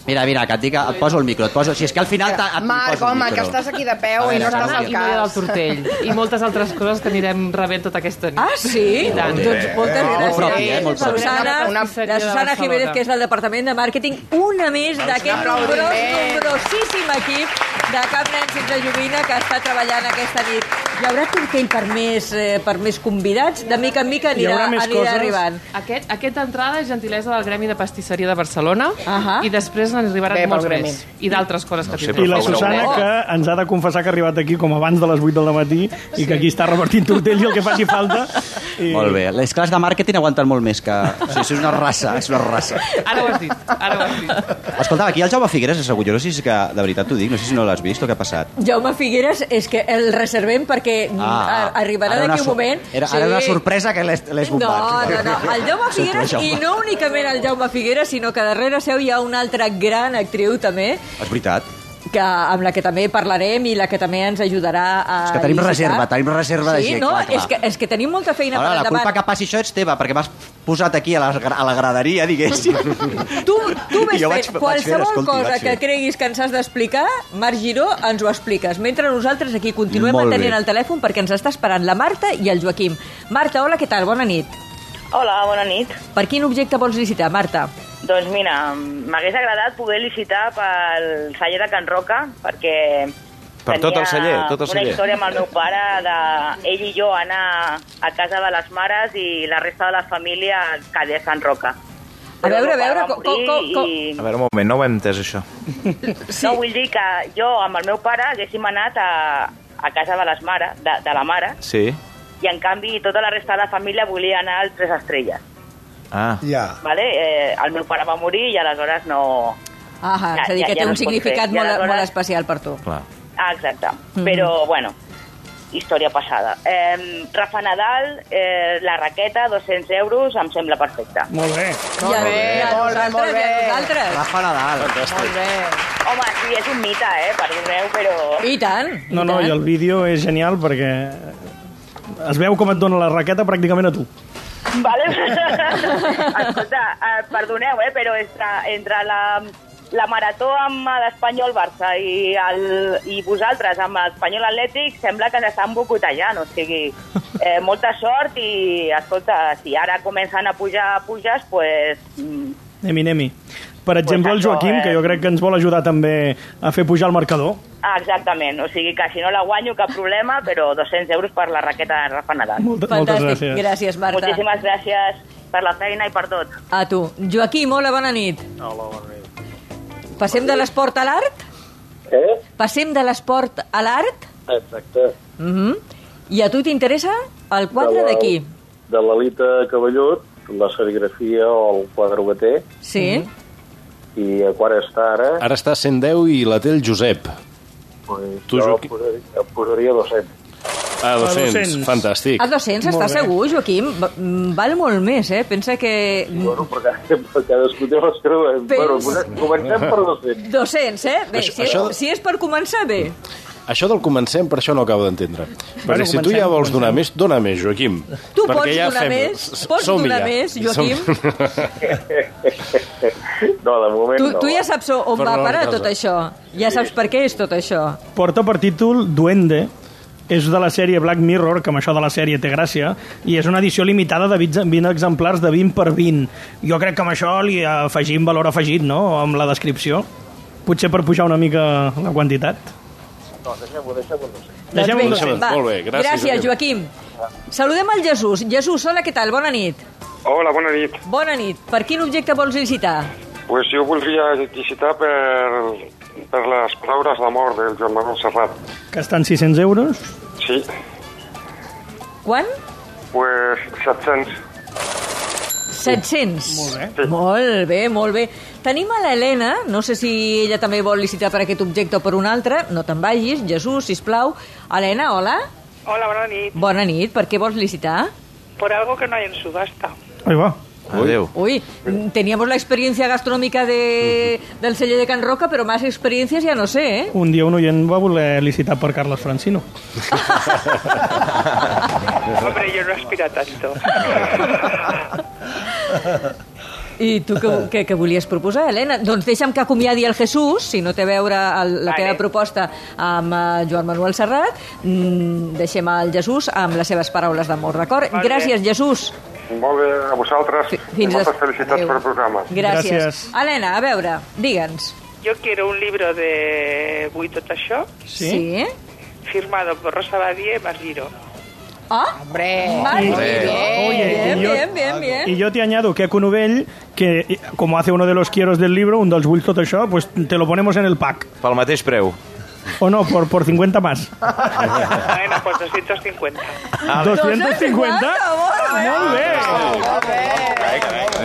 Speaker 8: Mira, mira, que et dic, et poso el micro, et poso... Si és que al final... t'ha- Et
Speaker 10: Marc,
Speaker 8: poso el
Speaker 10: home,
Speaker 8: micro.
Speaker 10: que estàs aquí de peu i Eh, no estàs al
Speaker 17: I Noia del
Speaker 10: cas.
Speaker 17: Tortell. I moltes altres coses que anirem rebent tota aquesta nit. Ah,
Speaker 3: sí?
Speaker 17: I tant.
Speaker 3: Doncs
Speaker 8: Eh,
Speaker 3: moltes gràcies. Susana,
Speaker 17: Una
Speaker 3: la Susana
Speaker 17: Barcelona.
Speaker 3: Jiménez, que és del Departament de Màrqueting, una més d'aquest nombrós, nombrosíssim equip de Cap Nen Sense Joguina que està treballant aquesta nit. Hi haurà tortell per més, eh, per més convidats? De mica en mica anirà, anirà arribant.
Speaker 17: Aquest, aquest d'entrada és gentilesa del Gremi de Pastisseria de Barcelona uh -huh. i després ens arribaran
Speaker 10: Bé,
Speaker 17: Bé,
Speaker 10: pel
Speaker 17: molts
Speaker 10: Gremi.
Speaker 17: més. I d'altres coses que
Speaker 5: I la Susana, que ens ha de confessar que ha arribat aquí com abans de les 8 del matí i que aquí està repartint tortells i el que faci falta. I...
Speaker 8: Molt bé, les classes de màrqueting aguanten molt més que... O sigui, és una raça, és una raça.
Speaker 17: Ara ho has dit, ara ho has dit.
Speaker 8: Escolta, aquí el Jaume Figueres és segur, jo no sé si és que, de veritat t'ho dic, no sé si no l'has vist, el que ha passat.
Speaker 3: Jaume Figueres, és que el reservem perquè ah,
Speaker 8: Ah,
Speaker 3: arribarà
Speaker 8: ara una
Speaker 3: d'aquí un
Speaker 8: sor-
Speaker 3: moment.
Speaker 8: Era, ara era una sorpresa que l'has l'has
Speaker 3: No, no,
Speaker 8: bombat.
Speaker 3: no. El Jaume
Speaker 8: S'ho creu,
Speaker 3: Figueres,
Speaker 8: Jaume.
Speaker 3: i no únicament el Jaume Figueres, sinó que darrere seu hi ha una altra gran actriu, també,
Speaker 8: És veritat.
Speaker 3: que, amb la que també parlarem i la que també ens ajudarà a
Speaker 8: És que tenim
Speaker 3: visitar.
Speaker 8: reserva, tenim reserva de
Speaker 3: sí,
Speaker 8: gent,
Speaker 3: No,
Speaker 8: clar, clar.
Speaker 3: És, que, és que tenim molta feina
Speaker 8: Ara,
Speaker 3: per
Speaker 8: la
Speaker 3: endavant.
Speaker 8: culpa que passi això ets teva, perquè m'has posat aquí a la, a la graderia, diguéssim.
Speaker 3: Tu, tu vés
Speaker 8: Jo vaig-
Speaker 3: fent
Speaker 8: vaig
Speaker 3: qualsevol
Speaker 8: fent, escolti,
Speaker 3: cosa
Speaker 8: vaig
Speaker 3: que
Speaker 8: fent.
Speaker 3: creguis que ens has d'explicar, Marc Giró, ens ho expliques. Mentre nosaltres aquí continuem
Speaker 18: Molt bé.
Speaker 3: mantenint el telèfon perquè ens està esperant la Marta i el Joaquim. Marta, hola, què tal? Bona nit.
Speaker 18: Hola, bona nit.
Speaker 3: Per quin objecte vols licitar, Marta?
Speaker 18: Doncs mira, m'hagués agradat poder licitar pel celler de Can Roca, perquè...
Speaker 15: Per tot el
Speaker 18: tenia
Speaker 15: celler, tot el celler.
Speaker 18: Una història amb el meu pare de ell i jo anar a casa de les mares i la resta de la família a Calle Sant Roca.
Speaker 3: A veure, a veure,
Speaker 18: co,
Speaker 3: co- co- co-
Speaker 18: I...
Speaker 15: A veure, un moment, no ho hem entès, això.
Speaker 18: Sí. No, vull dir que jo amb el meu pare haguéssim anat a, a casa de les mares, de, de la mare,
Speaker 15: Sí.
Speaker 18: i en canvi tota la resta de la família volia anar al Tres Estrelles.
Speaker 15: Ah.
Speaker 14: Ja.
Speaker 18: Vale? Eh, el meu pare va morir i aleshores no...
Speaker 3: Ah, ja, és a dir,
Speaker 18: ja-
Speaker 3: que
Speaker 18: ja
Speaker 3: té
Speaker 18: no es
Speaker 3: un
Speaker 18: pot
Speaker 3: significat
Speaker 18: fer. I
Speaker 3: molt,
Speaker 18: aleshores-
Speaker 3: molt especial per tu.
Speaker 15: Clar.
Speaker 18: Ah, exacte.
Speaker 3: Mhm.
Speaker 18: Però, bueno, història passada. Eh, Rafa Nadal, eh, la raqueta, 200 euros, em sembla perfecte.
Speaker 5: Molt bé.
Speaker 18: Molt
Speaker 3: I a-
Speaker 18: bé,
Speaker 3: i a
Speaker 18: molt bé,
Speaker 3: nosaltres,
Speaker 18: molt bé.
Speaker 3: i a nosaltres.
Speaker 8: Rafa Nadal.
Speaker 18: Molt bé. Home, sí, és un mite, eh? Perdoneu, però...
Speaker 3: I tant.
Speaker 5: No, no, i el vídeo és genial perquè es veu com et dona la raqueta pràcticament a tu.
Speaker 18: Vale. Escolta, eh, perdoneu, eh, però entre, entre la, la marató amb l'Espanyol-Barça i, el, i vosaltres amb l'Espanyol-Atlètic sembla que ens estan bocotejant, o sigui, eh, molta sort i, escolta, si ara comencen a pujar puges, pues, mm,
Speaker 5: Anem-hi, anem-hi. Per exemple, el Joaquim, que jo crec que ens vol ajudar també a fer pujar el marcador.
Speaker 18: ah, exactament, o sigui que si no la guanyo cap problema, però 200 euros per la raqueta de Rafa Nadal.
Speaker 5: Moltes- moltes Fantàstic. gràcies.
Speaker 3: Gràcies, Marta.
Speaker 18: Moltíssimes gràcies per la feina i per tot.
Speaker 3: A tu. Joaquim, hola, bona nit.
Speaker 19: Hola, bona nit.
Speaker 3: Passem de l'esport a l'art?
Speaker 19: Eh?
Speaker 3: Passem de l'esport a l'art?
Speaker 19: Exacte.
Speaker 3: Mm I a tu t'interessa el
Speaker 19: De
Speaker 3: quadre
Speaker 19: la-
Speaker 3: d'aquí?
Speaker 19: De l'Elita Cavallot, la serigrafia o el quadre que té, Mm-hmm.
Speaker 3: Sí?
Speaker 19: i a quart eh? està ara,
Speaker 4: Ara està a 110 i la té el Josep.
Speaker 19: doncs
Speaker 4: Tu,
Speaker 19: jo
Speaker 4: Joaquim-
Speaker 19: posaria, em posaria 200.
Speaker 4: A 200. Fantàstic.
Speaker 3: A 200, estàs segur, Joaquim? Va- mm, Val molt més, eh? Pensa que...
Speaker 19: Bueno, per, ca- per cadascú té les creues.
Speaker 3: Pens-
Speaker 19: Bueno, posem- comencem per 200.
Speaker 3: 200, eh? Bé,
Speaker 4: Això-
Speaker 3: si, és,
Speaker 4: això-
Speaker 3: si és per començar, bé.
Speaker 4: Això del comencem, per això no acabo d'entendre. Perquè si tu
Speaker 3: comencem,
Speaker 4: ja vols donar més, dona més, Joaquim.
Speaker 3: Tu
Speaker 4: Perquè
Speaker 3: pots donar més,
Speaker 4: S-
Speaker 3: pots
Speaker 4: som-hi
Speaker 3: donar més, Joaquim.
Speaker 19: No, de moment
Speaker 3: Tu,
Speaker 19: no.
Speaker 3: tu ja saps on
Speaker 5: Però
Speaker 3: va
Speaker 5: no,
Speaker 3: parar
Speaker 5: no,
Speaker 3: tot
Speaker 5: no.
Speaker 3: això. Ja saps per què és tot això.
Speaker 5: Porta per títol Duende, és de la sèrie Black Mirror, que amb això de la sèrie té gràcia, i és una edició limitada de 20 20 exemplars de 20 per 20. Jo crec que amb això li afegim valor afegit, no?, amb la descripció. Potser per pujar una mica la quantitat.
Speaker 19: No, deixem-ho, deixem-ho. no sé.
Speaker 5: Deixem-ho
Speaker 3: Doncs
Speaker 5: en
Speaker 3: vinga,
Speaker 5: dos.
Speaker 3: va.
Speaker 5: Molt bé, gràcies,
Speaker 3: Gràcies, Joaquim. Saludem el Jesús. Jesús, hola, què tal? Bona nit.
Speaker 20: Hola, bona nit.
Speaker 3: Bona nit. Per quin objecte vols visitar?
Speaker 20: Pues jo voldria licitar per, per les paraules d'amor del Joan Manuel Serrat.
Speaker 5: Que estan 600 euros.
Speaker 20: Sí,
Speaker 3: Quan?
Speaker 20: pues 700.
Speaker 3: 700. Molt bé. Molt bé, molt bé. Tenim a l'Helena, no sé si ella també vol licitar per aquest objecte o per un altre, no te'n vagis, Jesús, sisplau. Helena, hola.
Speaker 21: Hola, bona nit.
Speaker 3: Bona nit, per què vols licitar?
Speaker 21: Por algo que no hay en subasta.
Speaker 5: Ahí va.
Speaker 15: Adéu.
Speaker 3: Uy, teníamos la experiencia gastronómica de, del sello de Can Roca, pero más experiencias ya no sé, ¿eh?
Speaker 5: Un dia un oient va voler licitar per Carles Francino.
Speaker 21: Hombre, yo no aspiro a tanto.
Speaker 3: I tu què, què, què volies proposar, Helena? Doncs deixa'm que acomiadi el Jesús, si no té a veure el, la teva proposta amb eh, Joan Manuel Serrat, mm, deixem el Jesús amb les seves paraules d'amor, d'acord?
Speaker 20: Molt bé.
Speaker 3: Gràcies, Jesús.
Speaker 20: Molt bé, a vosaltres.
Speaker 3: fins
Speaker 20: i moltes
Speaker 3: des-
Speaker 20: felicitats
Speaker 3: adéu.
Speaker 20: per el programa.
Speaker 3: Gràcies. Helena, a veure, digue'ns.
Speaker 21: Yo quiero un libro de Buito Tashó
Speaker 3: Sí? sí?
Speaker 21: firmado por Rosa Badie y Margiro.
Speaker 3: Ah,
Speaker 21: Hombre.
Speaker 3: Vale,
Speaker 21: Hombre.
Speaker 3: bien, bien,
Speaker 5: y yo-
Speaker 3: bien, bien, bien.
Speaker 5: Y yo te añado que a Cunovell, que eh, como hace uno de los quieros del libro, un dels bulls tot això, pues te lo ponemos en el pack.
Speaker 15: Pel mateix preu.
Speaker 5: O no, por, por 50 más.
Speaker 21: bueno, pues 250.
Speaker 5: Ah, 250?
Speaker 21: Molt
Speaker 5: bé.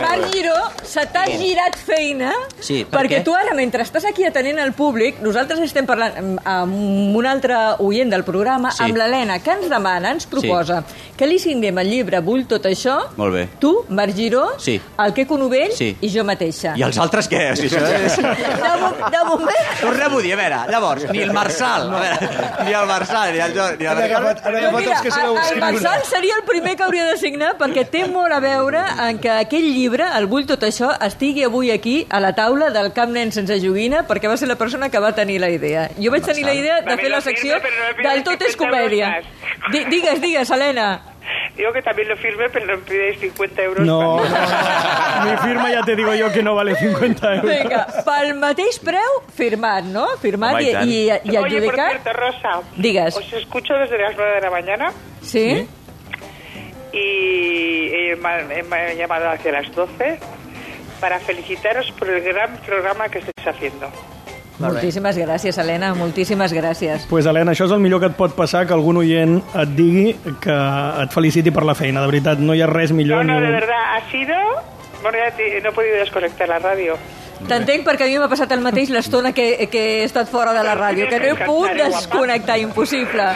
Speaker 3: Marc Giró Se t'ha girat feina
Speaker 8: Sí, per
Speaker 3: perquè
Speaker 8: què?
Speaker 3: tu ara, mentre estàs aquí atenent al públic, nosaltres estem parlant amb, amb un altre oient del programa,
Speaker 8: Sí.
Speaker 3: amb l'Helena, que ens demana, ens proposa que li signem el llibre Vull tot això,
Speaker 8: Molt bé.
Speaker 3: tu, Marc Giró,
Speaker 8: Sí.
Speaker 3: el Queco Novell
Speaker 8: Sí.
Speaker 3: i jo mateixa.
Speaker 8: I els altres què? Si això és...
Speaker 3: De, mo de moment...
Speaker 8: Tornem-ho a dir, a veure, llavors, ni el Marçal, a veure, ni el Marçal, ni el Jordi, ni el Ricard...
Speaker 3: Però mira, el, el Marçal seria el primer que hauria de signar perquè té molt a veure en que aquell llibre, el Vull tot això, estigui avui aquí a la taula del Camp Nen sense joguina perquè va ser la persona que va tenir la idea. Jo vaig tenir la idea de fer la secció del Tot és comèdia. Di- Digues, digues, Helena.
Speaker 21: Digo que también lo firme, pero no me pidáis 50 euros.
Speaker 5: No, no, no. Mi firma ya te digo yo que no vale 50 euros.
Speaker 3: Vinga, pel mateix preu, firmat, no? Firmat
Speaker 5: Home,
Speaker 3: i,
Speaker 5: i tant.
Speaker 3: i, i
Speaker 21: Oye, por
Speaker 3: adjudicat.
Speaker 21: cierto, Rosa.
Speaker 3: Digas.
Speaker 21: Os escucho desde las 9 de la mañana
Speaker 3: Sí?
Speaker 21: y eh, ma- eh, me he llamado hacia las 12 para felicitaros por el gran programa que estáis haciendo.
Speaker 3: Moltíssimes gràcies, Helena, moltíssimes gràcies.
Speaker 5: Pues, Helena, això és el millor que et pot passar, que algun oient et digui que et feliciti per la feina. De veritat, no hi ha res millor.
Speaker 21: No, no,
Speaker 5: ni
Speaker 21: de
Speaker 5: un-
Speaker 21: verdad, ha sido... Bueno, ya te- no he podido desconectar la radio.
Speaker 3: T'entenc perquè a mi m'ha passat el mateix l'estona que, que he estat fora de la ràdio, que no he pogut desconnectar, impossible.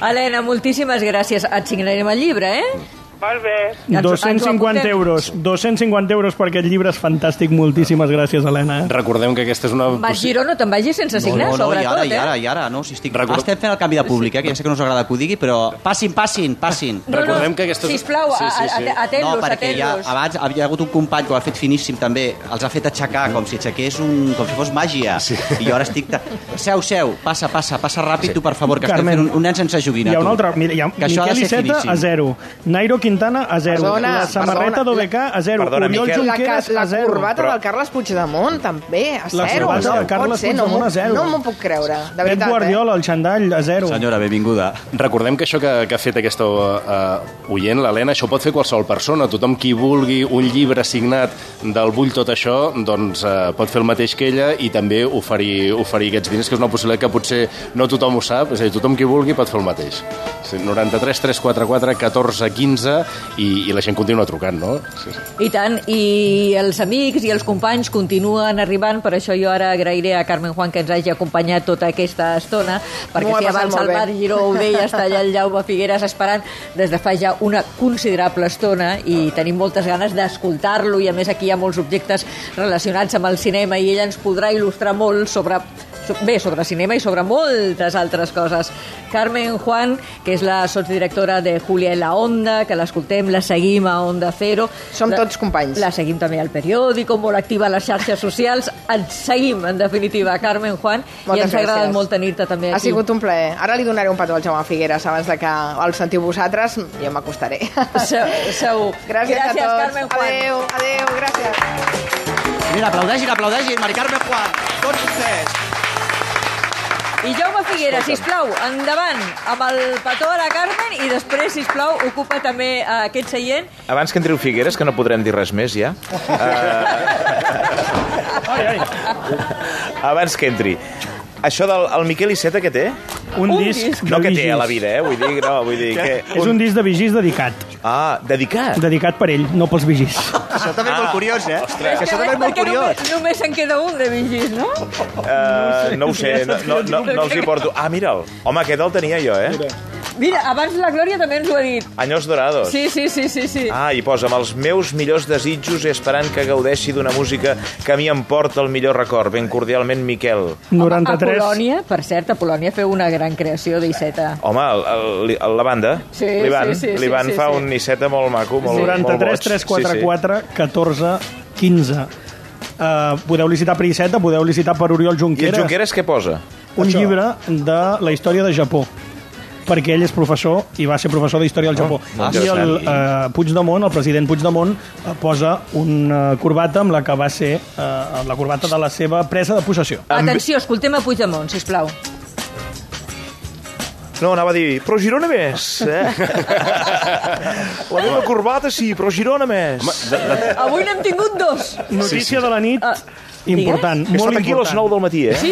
Speaker 3: Helena, moltíssimes gràcies. Et signarem el llibre, eh?
Speaker 21: Molt bé.
Speaker 5: 250 euros. 250 euros per aquest llibre és fantàstic. Moltíssimes gràcies, eh? Helena.
Speaker 4: Recordem que aquesta és una...
Speaker 3: Mas Giró, no te'n vagis sense signar,
Speaker 8: no, no, i
Speaker 3: sobretot,
Speaker 8: ara, i ara,
Speaker 3: eh?
Speaker 8: i ara, no? Si estic... Record... Estem fent el canvi de públic, eh? que ja sé que no us agrada que ho digui, però passin, passin, passin.
Speaker 3: No, no, Recordem que aquestes- sisplau, a- a- atén-los,
Speaker 8: No, perquè ja,
Speaker 3: atén-los.
Speaker 8: abans hi ha hagut un company que ho ha fet finíssim també, els ha fet aixecar com si aixequés un... com si fos màgia. Sí. I jo ara estic... Ta... Seu, seu, passa, passa, passa ràpid, sí. tu, per favor, que
Speaker 5: Carmen.
Speaker 8: estem fent un, un nen sense joguina.
Speaker 5: Hi ha un
Speaker 8: tu.
Speaker 5: altre... Mira, hi ha
Speaker 8: Que això ha
Speaker 5: Miquel
Speaker 8: de ser
Speaker 5: Iceta
Speaker 8: finíssim.
Speaker 5: a 0, Nairo Quintana a 0,
Speaker 10: Perdona,
Speaker 5: la samarreta
Speaker 10: perdona.
Speaker 5: d'OBK a 0,
Speaker 15: Perdona,
Speaker 5: Oriol
Speaker 15: Miquel.
Speaker 10: La, ca
Speaker 5: Junqueras
Speaker 10: la
Speaker 5: a 0.
Speaker 10: corbata del Carles Puigdemont, també, a
Speaker 5: La
Speaker 10: zero.
Speaker 5: corbata
Speaker 10: No
Speaker 5: del Carles
Speaker 10: pot ser, no
Speaker 5: Puigdemont
Speaker 10: m'ho-
Speaker 5: a zero.
Speaker 10: No m'ho puc creure, de
Speaker 5: Pep
Speaker 10: veritat. eh?
Speaker 5: Guardiola, el xandall, a 0.
Speaker 8: Senyora, benvinguda.
Speaker 4: Recordem que això que, que ha fet aquesta uh, oient, l'Helena, això ho pot fer qualsevol persona. Tothom qui vulgui un llibre signat del Vull tot això, doncs uh, pot fer el mateix que ella i també oferir, oferir aquests diners, que és una possibilitat que potser no tothom ho sap, és a dir, tothom qui vulgui pot fer el mateix. Sí, 93 344 14 15 i, i la gent continua trucant, no? Sí, sí.
Speaker 3: I tant, i els amics i els companys continuen arribant, per això jo ara agrairé a Carmen Juan que ens hagi acompanyat tota aquesta estona, perquè
Speaker 10: M'ho he
Speaker 3: si
Speaker 10: passat
Speaker 3: abans
Speaker 10: molt
Speaker 3: el
Speaker 10: bé.
Speaker 3: Marc Giró ho deia, està allà el Jaume Figueres esperant des de fa ja una considerable estona i tenim moltes ganes d'escoltar-lo i a més aquí hi ha molts objectes relacionats amb el cinema i ella ens podrà il·lustrar molt sobre so- bé, sobre cinema i sobre moltes altres coses. Carmen Juan, que és la sotsdirectora de Julia en la Onda, que l'escoltem, la seguim a Onda Cero. Som la, tots companys. La seguim també al periòdico, molt activa a les xarxes socials. Et seguim, en definitiva, Carmen Juan, i
Speaker 10: Moltes
Speaker 3: ens ha agradat
Speaker 10: gràcies.
Speaker 3: molt tenir-te també
Speaker 10: Ha
Speaker 3: aquí.
Speaker 10: sigut un plaer. Ara li donaré un petó al Jaume Figueres abans de que el sentiu vosaltres. Jo m'acostaré.
Speaker 3: Se- Segur.
Speaker 10: Gràcies,
Speaker 3: Gràcies,
Speaker 10: a tots.
Speaker 3: Carmen Juan.
Speaker 10: Adéu, adéu, gràcies.
Speaker 8: Mira, aplaudeixin, aplaudeixin, Mari Carme Juan, tots vostès.
Speaker 3: I Jaume Figueres, sisplau, endavant amb el petó a la Carmen i després, sisplau, ocupa també eh, aquest seient.
Speaker 15: Abans que entriu Figueres, que no podrem dir res més, ja. Abans que entri. Això del el Miquel Iceta, què té?
Speaker 5: Un Un disc disc. de
Speaker 15: No que té
Speaker 5: vigis.
Speaker 15: a la vida, eh? Vull dir, no, vull dir que...
Speaker 5: És un disc de vigís dedicat.
Speaker 15: Ah, dedicat? Ah,
Speaker 5: Dedicat per ell, no pels vigis.
Speaker 8: Això també és molt curiós, eh? Ostres.
Speaker 3: És que ves perquè només, només en queda un de vigis, no?
Speaker 15: Uh, no ho sé, no, no, no, no els hi porto. Ah, mira'l. Home, aquest el tenia jo, eh?
Speaker 3: Mira, abans la Glòria també ens ho ha dit.
Speaker 15: Anyos Dorados.
Speaker 3: Sí, sí, sí, sí, sí.
Speaker 15: Ah, i posa amb els meus millors desitjos i esperant que gaudeixi d'una música que a mi em porta el millor record. Ben cordialment, Miquel.
Speaker 3: A Polònia, per cert, a Polònia feu una gran creació d'Iceta.
Speaker 15: Home, el, el, el, la banda,
Speaker 3: Sí,
Speaker 15: l'Ivan,
Speaker 3: sí, sí, sí,
Speaker 15: l'Ivan
Speaker 3: sí,
Speaker 15: fa
Speaker 3: sí.
Speaker 15: un Iceta molt maco, molt, molt boig.
Speaker 5: 93 344 14 15. Uh, podeu licitar per Iceta, podeu licitar per Oriol
Speaker 15: I el
Speaker 5: Junqueras.
Speaker 15: Junqueras què posa?
Speaker 5: Un llibre de la història de Japó perquè ell és professor i va ser professor d'història al Japó.
Speaker 15: Ah,
Speaker 5: I el
Speaker 15: interessant.
Speaker 5: eh, Puigdemont, el president Puigdemont, eh, posa una corbata amb la que va ser eh, la corbata de la seva presa de possessió.
Speaker 3: Atenció, escoltem a Puigdemont, sisplau.
Speaker 1: No, anava a dir, però Girona més, eh? La meva corbata sí, però Girona més.
Speaker 3: Avui n'hem tingut dos. Ah,
Speaker 5: Notícia de la nit important,
Speaker 1: He
Speaker 5: molt
Speaker 1: estat aquí a les
Speaker 5: important.
Speaker 1: 9 del matí, eh?
Speaker 5: Sí?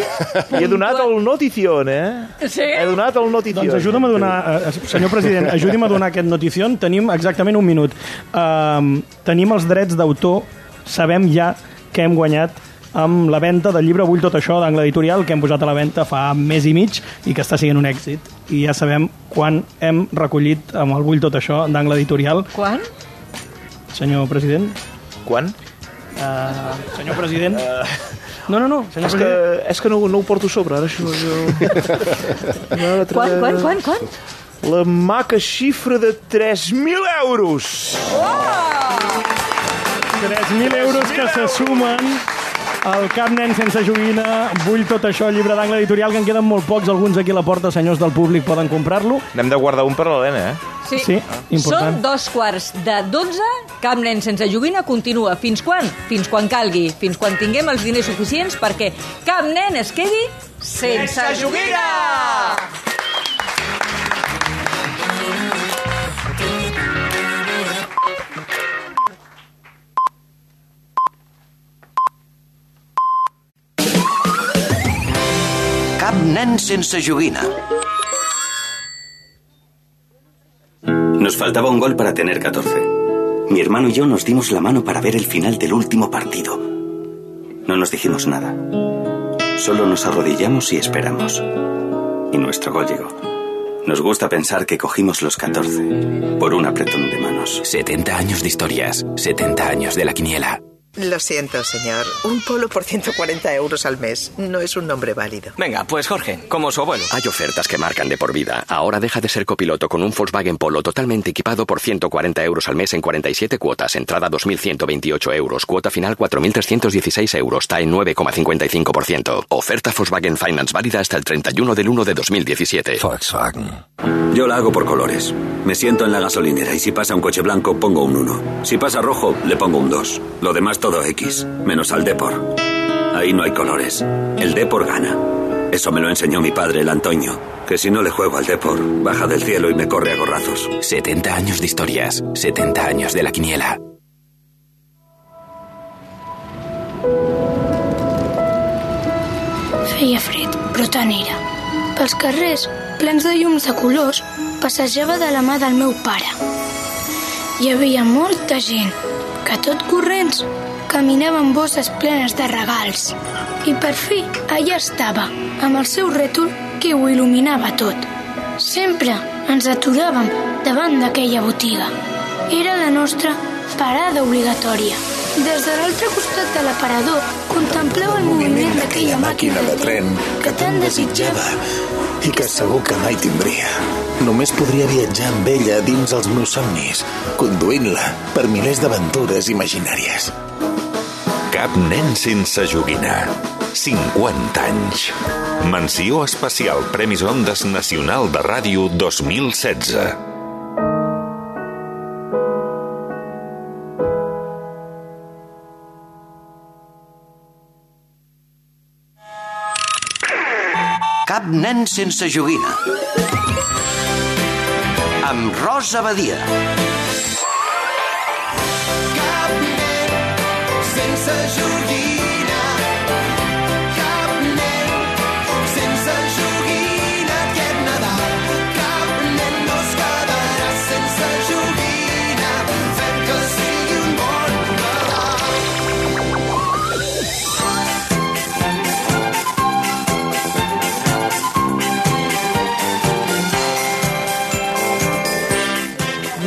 Speaker 1: I he donat el notición, eh?
Speaker 3: Sí?
Speaker 1: He donat el notición.
Speaker 5: Doncs ajuda'm a donar, eh, senyor president, ajudi'm a donar aquest notició. Tenim exactament un minut. Um, tenim els Ehm, drets d'autor sabem ja que hem guanyat amb la venda del llibre Vull tot això d'Angle Editorial, que hem posat a la venda fa mes i mig i que està sent un èxit. I ja sabem quan hem recollit amb el Vull tot això d'Angle Editorial.
Speaker 3: Quan?
Speaker 5: Senyor president?
Speaker 15: Quan?
Speaker 5: Uh, senyor president? No, no, no.
Speaker 1: Eh, És que, és que no, no ho porto a sobre, ara això. Jo... No, l'altre-
Speaker 3: Quan, quan, quan, quan?
Speaker 1: La maca xifra de 3.000 euros.
Speaker 3: Oh!
Speaker 5: 3.000 euros que se sumen al Cap Nen sense joguina, vull tot això, llibre d'angle editorial, que en queden molt pocs, alguns aquí a la porta, senyors del públic, poden comprar-lo.
Speaker 15: N'hem de guardar un per a l'Helena, eh?
Speaker 3: Sí. Ah.
Speaker 5: Sí, important.
Speaker 3: Són dos quarts de 12, Camp Nen sense joguina continua. Fins quan? Fins quan calgui. Fins quan tinguem els diners suficients perquè Camp Nen es quedi sense joguina!
Speaker 9: Cap nen sense joguina.
Speaker 22: Nos faltaba un gol para tener 14. Mi hermano y yo nos dimos la mano para ver el final del último partido. No nos dijimos nada. Solo nos arrodillamos y esperamos. Y nuestro gol llegó. Nos gusta pensar que cogimos los 14 por un apretón de manos. 70 años de historias, 70 años de la quiniela.
Speaker 23: Lo siento, señor. Un polo por 140 euros al mes no es un nombre válido.
Speaker 24: Venga, pues Jorge, como su abuelo.
Speaker 25: Hay ofertas que marcan de por vida. Ahora deja de ser copiloto con un Volkswagen Polo totalmente equipado por 140 euros al mes en 47 cuotas. Entrada 2.128 euros. Cuota final 4.316 euros. TAE 9,55%. Oferta Volkswagen Finance válida hasta el 31 del 1 de 2017. Volkswagen.
Speaker 22: Yo la hago por colores. Me siento en la gasolinera y si pasa un coche blanco pongo un 1. Si pasa rojo le pongo un 2. Lo demás todo X, menos al Depor. Ahí no hay colores. El Depor gana. Eso me lo enseñó mi padre, el Antonio, que si no le juego al Depor, baja del cielo y me corre a gorrazos.
Speaker 25: 70 años de historias. 70 años de la quiniela.
Speaker 26: Feia fred, però tant era. Pels carrers, plens de llums de colors, passejava de la mà del meu pare. Hi havia molta gent, que tot corrents caminava amb bosses plenes de regals. I per fi, allà estava, amb el seu rètol que ho il·luminava tot. Sempre ens aturàvem davant d'aquella botiga. Era la nostra parada obligatòria. Des de l'altre costat de l'aparador contemplava el moviment d'aquella màquina de tren que tant desitjava
Speaker 27: i que segur que mai tindria. Només podria viatjar amb ella dins els meus somnis, conduint-la per milers d'aventures imaginàries.
Speaker 28: Cap nen sense joguina. 50 anys. Menció especial Premis Ondes Nacional de Ràdio 2016.
Speaker 9: Cap nen sense joguina. Amb Rosa Badia.
Speaker 29: sense joguina. Cap nen sense joguina aquest Nadal. Cap nen no es quedarà sense joguina. Fem que sigui un bon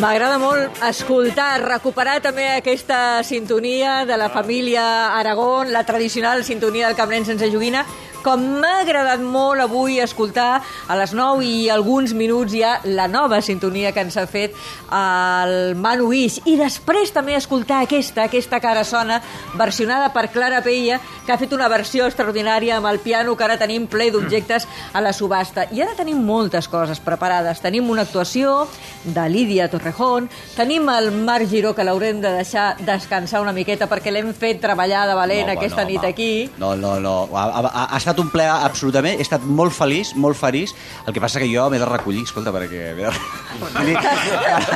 Speaker 3: M'agrada molt escoltar, recuperar també aquesta sintonia de la família Aragón, la tradicional sintonia del Camp Nen sense joguina, com m'ha agradat molt avui escoltar a les 9 i alguns minuts ja la nova sintonia que ens ha fet el Manu Guix. I després també escoltar aquesta, aquesta que ara sona, versionada per Clara Peia, que ha fet una versió extraordinària amb el piano que ara tenim ple d'objectes a la subhasta. I ara tenim moltes coses preparades. Tenim una actuació de Lídia Torrejón, tenim el Marc Giró, que l'haurem de deixar descansar una miqueta perquè l'hem fet treballar de valent
Speaker 8: No, home,
Speaker 3: aquesta
Speaker 8: no,
Speaker 3: nit
Speaker 8: home.
Speaker 3: aquí.
Speaker 8: No, no, no. Ha, ha, ha estat un ple absolutament. He estat molt feliç, molt feliç. El que passa que jo m'he de recollir, escolta, perquè... M'he de recollir.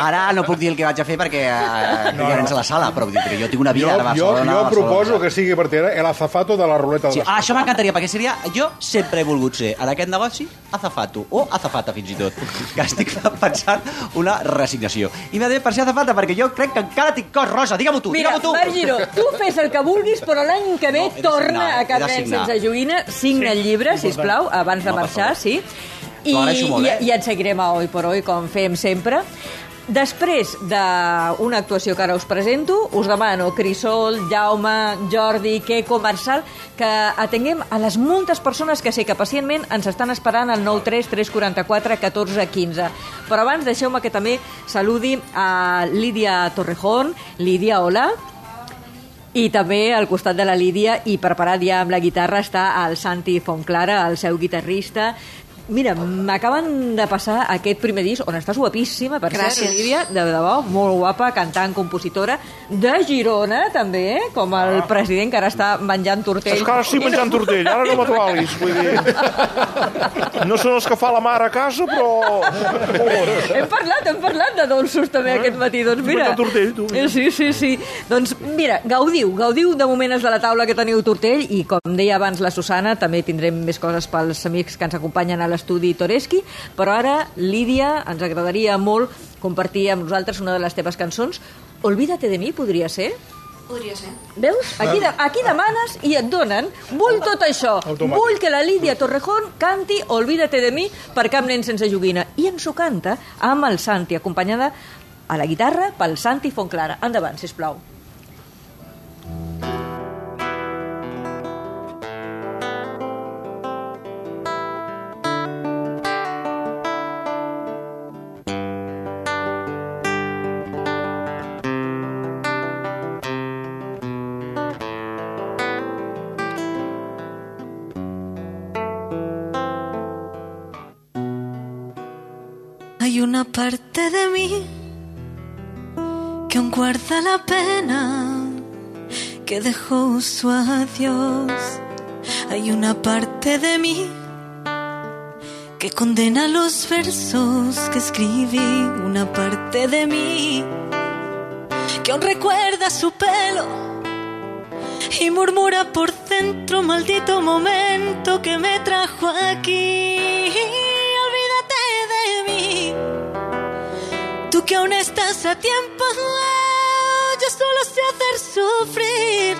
Speaker 8: Ara no puc dir el que vaig a fer perquè eh, no,
Speaker 30: No,
Speaker 8: ja
Speaker 30: no.
Speaker 8: nens a la sala, però vull dir, que jo tinc una
Speaker 30: Jo,
Speaker 8: vida de
Speaker 30: jo,
Speaker 8: Barcelona.
Speaker 30: jo
Speaker 8: Barcelona.
Speaker 30: proposo que sigui a partir d'ara el azafato de la ruleta de
Speaker 8: Sí,
Speaker 30: les-
Speaker 8: ah, això m'encantaria, perquè seria... Jo sempre he volgut ser, en aquest negoci, azafato, o azafata, fins i tot. Que estic pensant una resignació. I m'ha de per ser azafata, perquè jo crec que encara tinc cos rosa. Digue-m'ho tu,
Speaker 3: Mira,
Speaker 8: digue-m'ho tu.
Speaker 3: Marc Giró, tu fes el que vulguis, però l'any que ve
Speaker 8: he de
Speaker 3: torna
Speaker 8: signar,
Speaker 3: a Cap
Speaker 8: he de
Speaker 3: Nen
Speaker 8: signar.
Speaker 3: sense joguina, signa el llibre,
Speaker 8: important.
Speaker 3: sisplau, abans de
Speaker 8: No, per
Speaker 3: marxar, sí. I,
Speaker 8: T'agraeixo molt, eh?
Speaker 3: i, I et seguirem a Oi per Oi, com fem sempre. Després d'una actuació que ara us presento, us demano Crisol, Jaume, Jordi, Queco, Marçal, que atenguem a les moltes persones que sé que pacientment ens estan esperant al 93344 1415. Però abans deixeu-me que també saludi a Lídia Torrejón. Lídia, hola. I també al costat de la Lídia i preparat ja amb la guitarra està el Santi Fontclara, el seu guitarrista. Mira, m'acaben de passar aquest primer disc on estàs guapíssima, per
Speaker 6: Gràcies.
Speaker 3: cert, Lídia, de debò, molt guapa, cantant, compositora, de Girona, també, eh, com el president, que ara està menjant tortell.
Speaker 1: Ah. És que ara estic menjant tortell, ara no m'atualis, vull dir... No són els que fa la mare a casa, però...
Speaker 3: Hem parlat, hem parlat de dolços també aquest matí, doncs mira...
Speaker 1: Menjant tortell, tu.
Speaker 3: Eh, Sí, sí, sí. Doncs mira, gaudiu, gaudiu de moments de la taula que teniu tortell i com deia abans la Susana, també tindrem més coses pels amics que ens acompanyen a l'estudi Toreschi, però ara, Lídia, ens agradaria molt compartir amb nosaltres una de les teves cançons. Olvídate de mi, podria ser?
Speaker 6: Podria ser.
Speaker 3: Veus? Aquí, de, aquí demanes i et donen. Vull tot això. Vull que la Lídia Torrejón canti Olvídate de mi per Cap Nen Sense Joguina. I ens ho canta amb el Santi, acompanyada a la guitarra pel Santi Fontclara. Endavant, sisplau.
Speaker 6: Hay una parte de mí que aún guarda la pena que dejó su adiós. Hay una parte de mí que condena los versos que escribí. Una parte de mí que aún recuerda su pelo y murmura por dentro, maldito momento que me trajo aquí. Olvídate de mí, tú que aún estás a tiempo. Yo solo sé hacer sufrir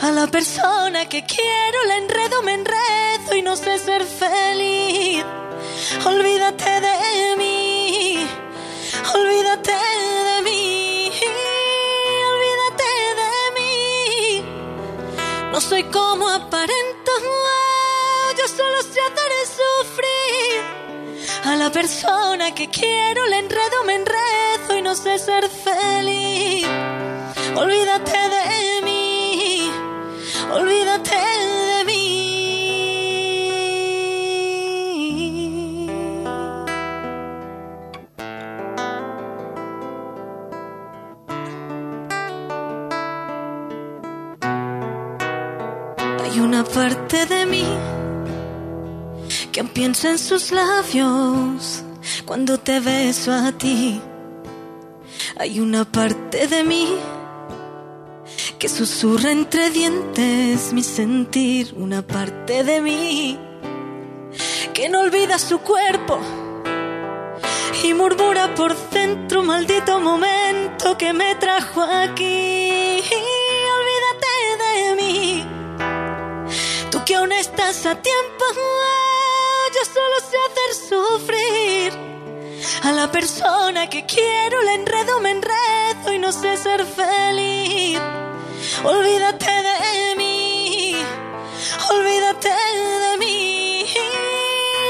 Speaker 6: a la persona que quiero, la enredo, me enredo y no sé ser feliz. Olvídate de mí, olvídate de mí, olvídate de mí. No soy como aparento, Ah, yo solo sé hacer sufrir a la persona que quiero, la enredo, me enredo y no sé ser feliz. Olvídate de mí, olvídate de mí. Hay una parte de mí que aún piensa en sus labios cuando te beso a ti. Hay una parte de mí que susurra entre dientes mi sentir. Una parte de mí que no olvida su cuerpo y murmura por dentro, maldito momento que me trajo aquí. Olvídate de mí. Tú que aún estás a tiempo, yo solo sé hacer sufrir a la persona que quiero, la enredo, me enredo y no sé ser feliz. Olvídate de mí, olvídate de mí,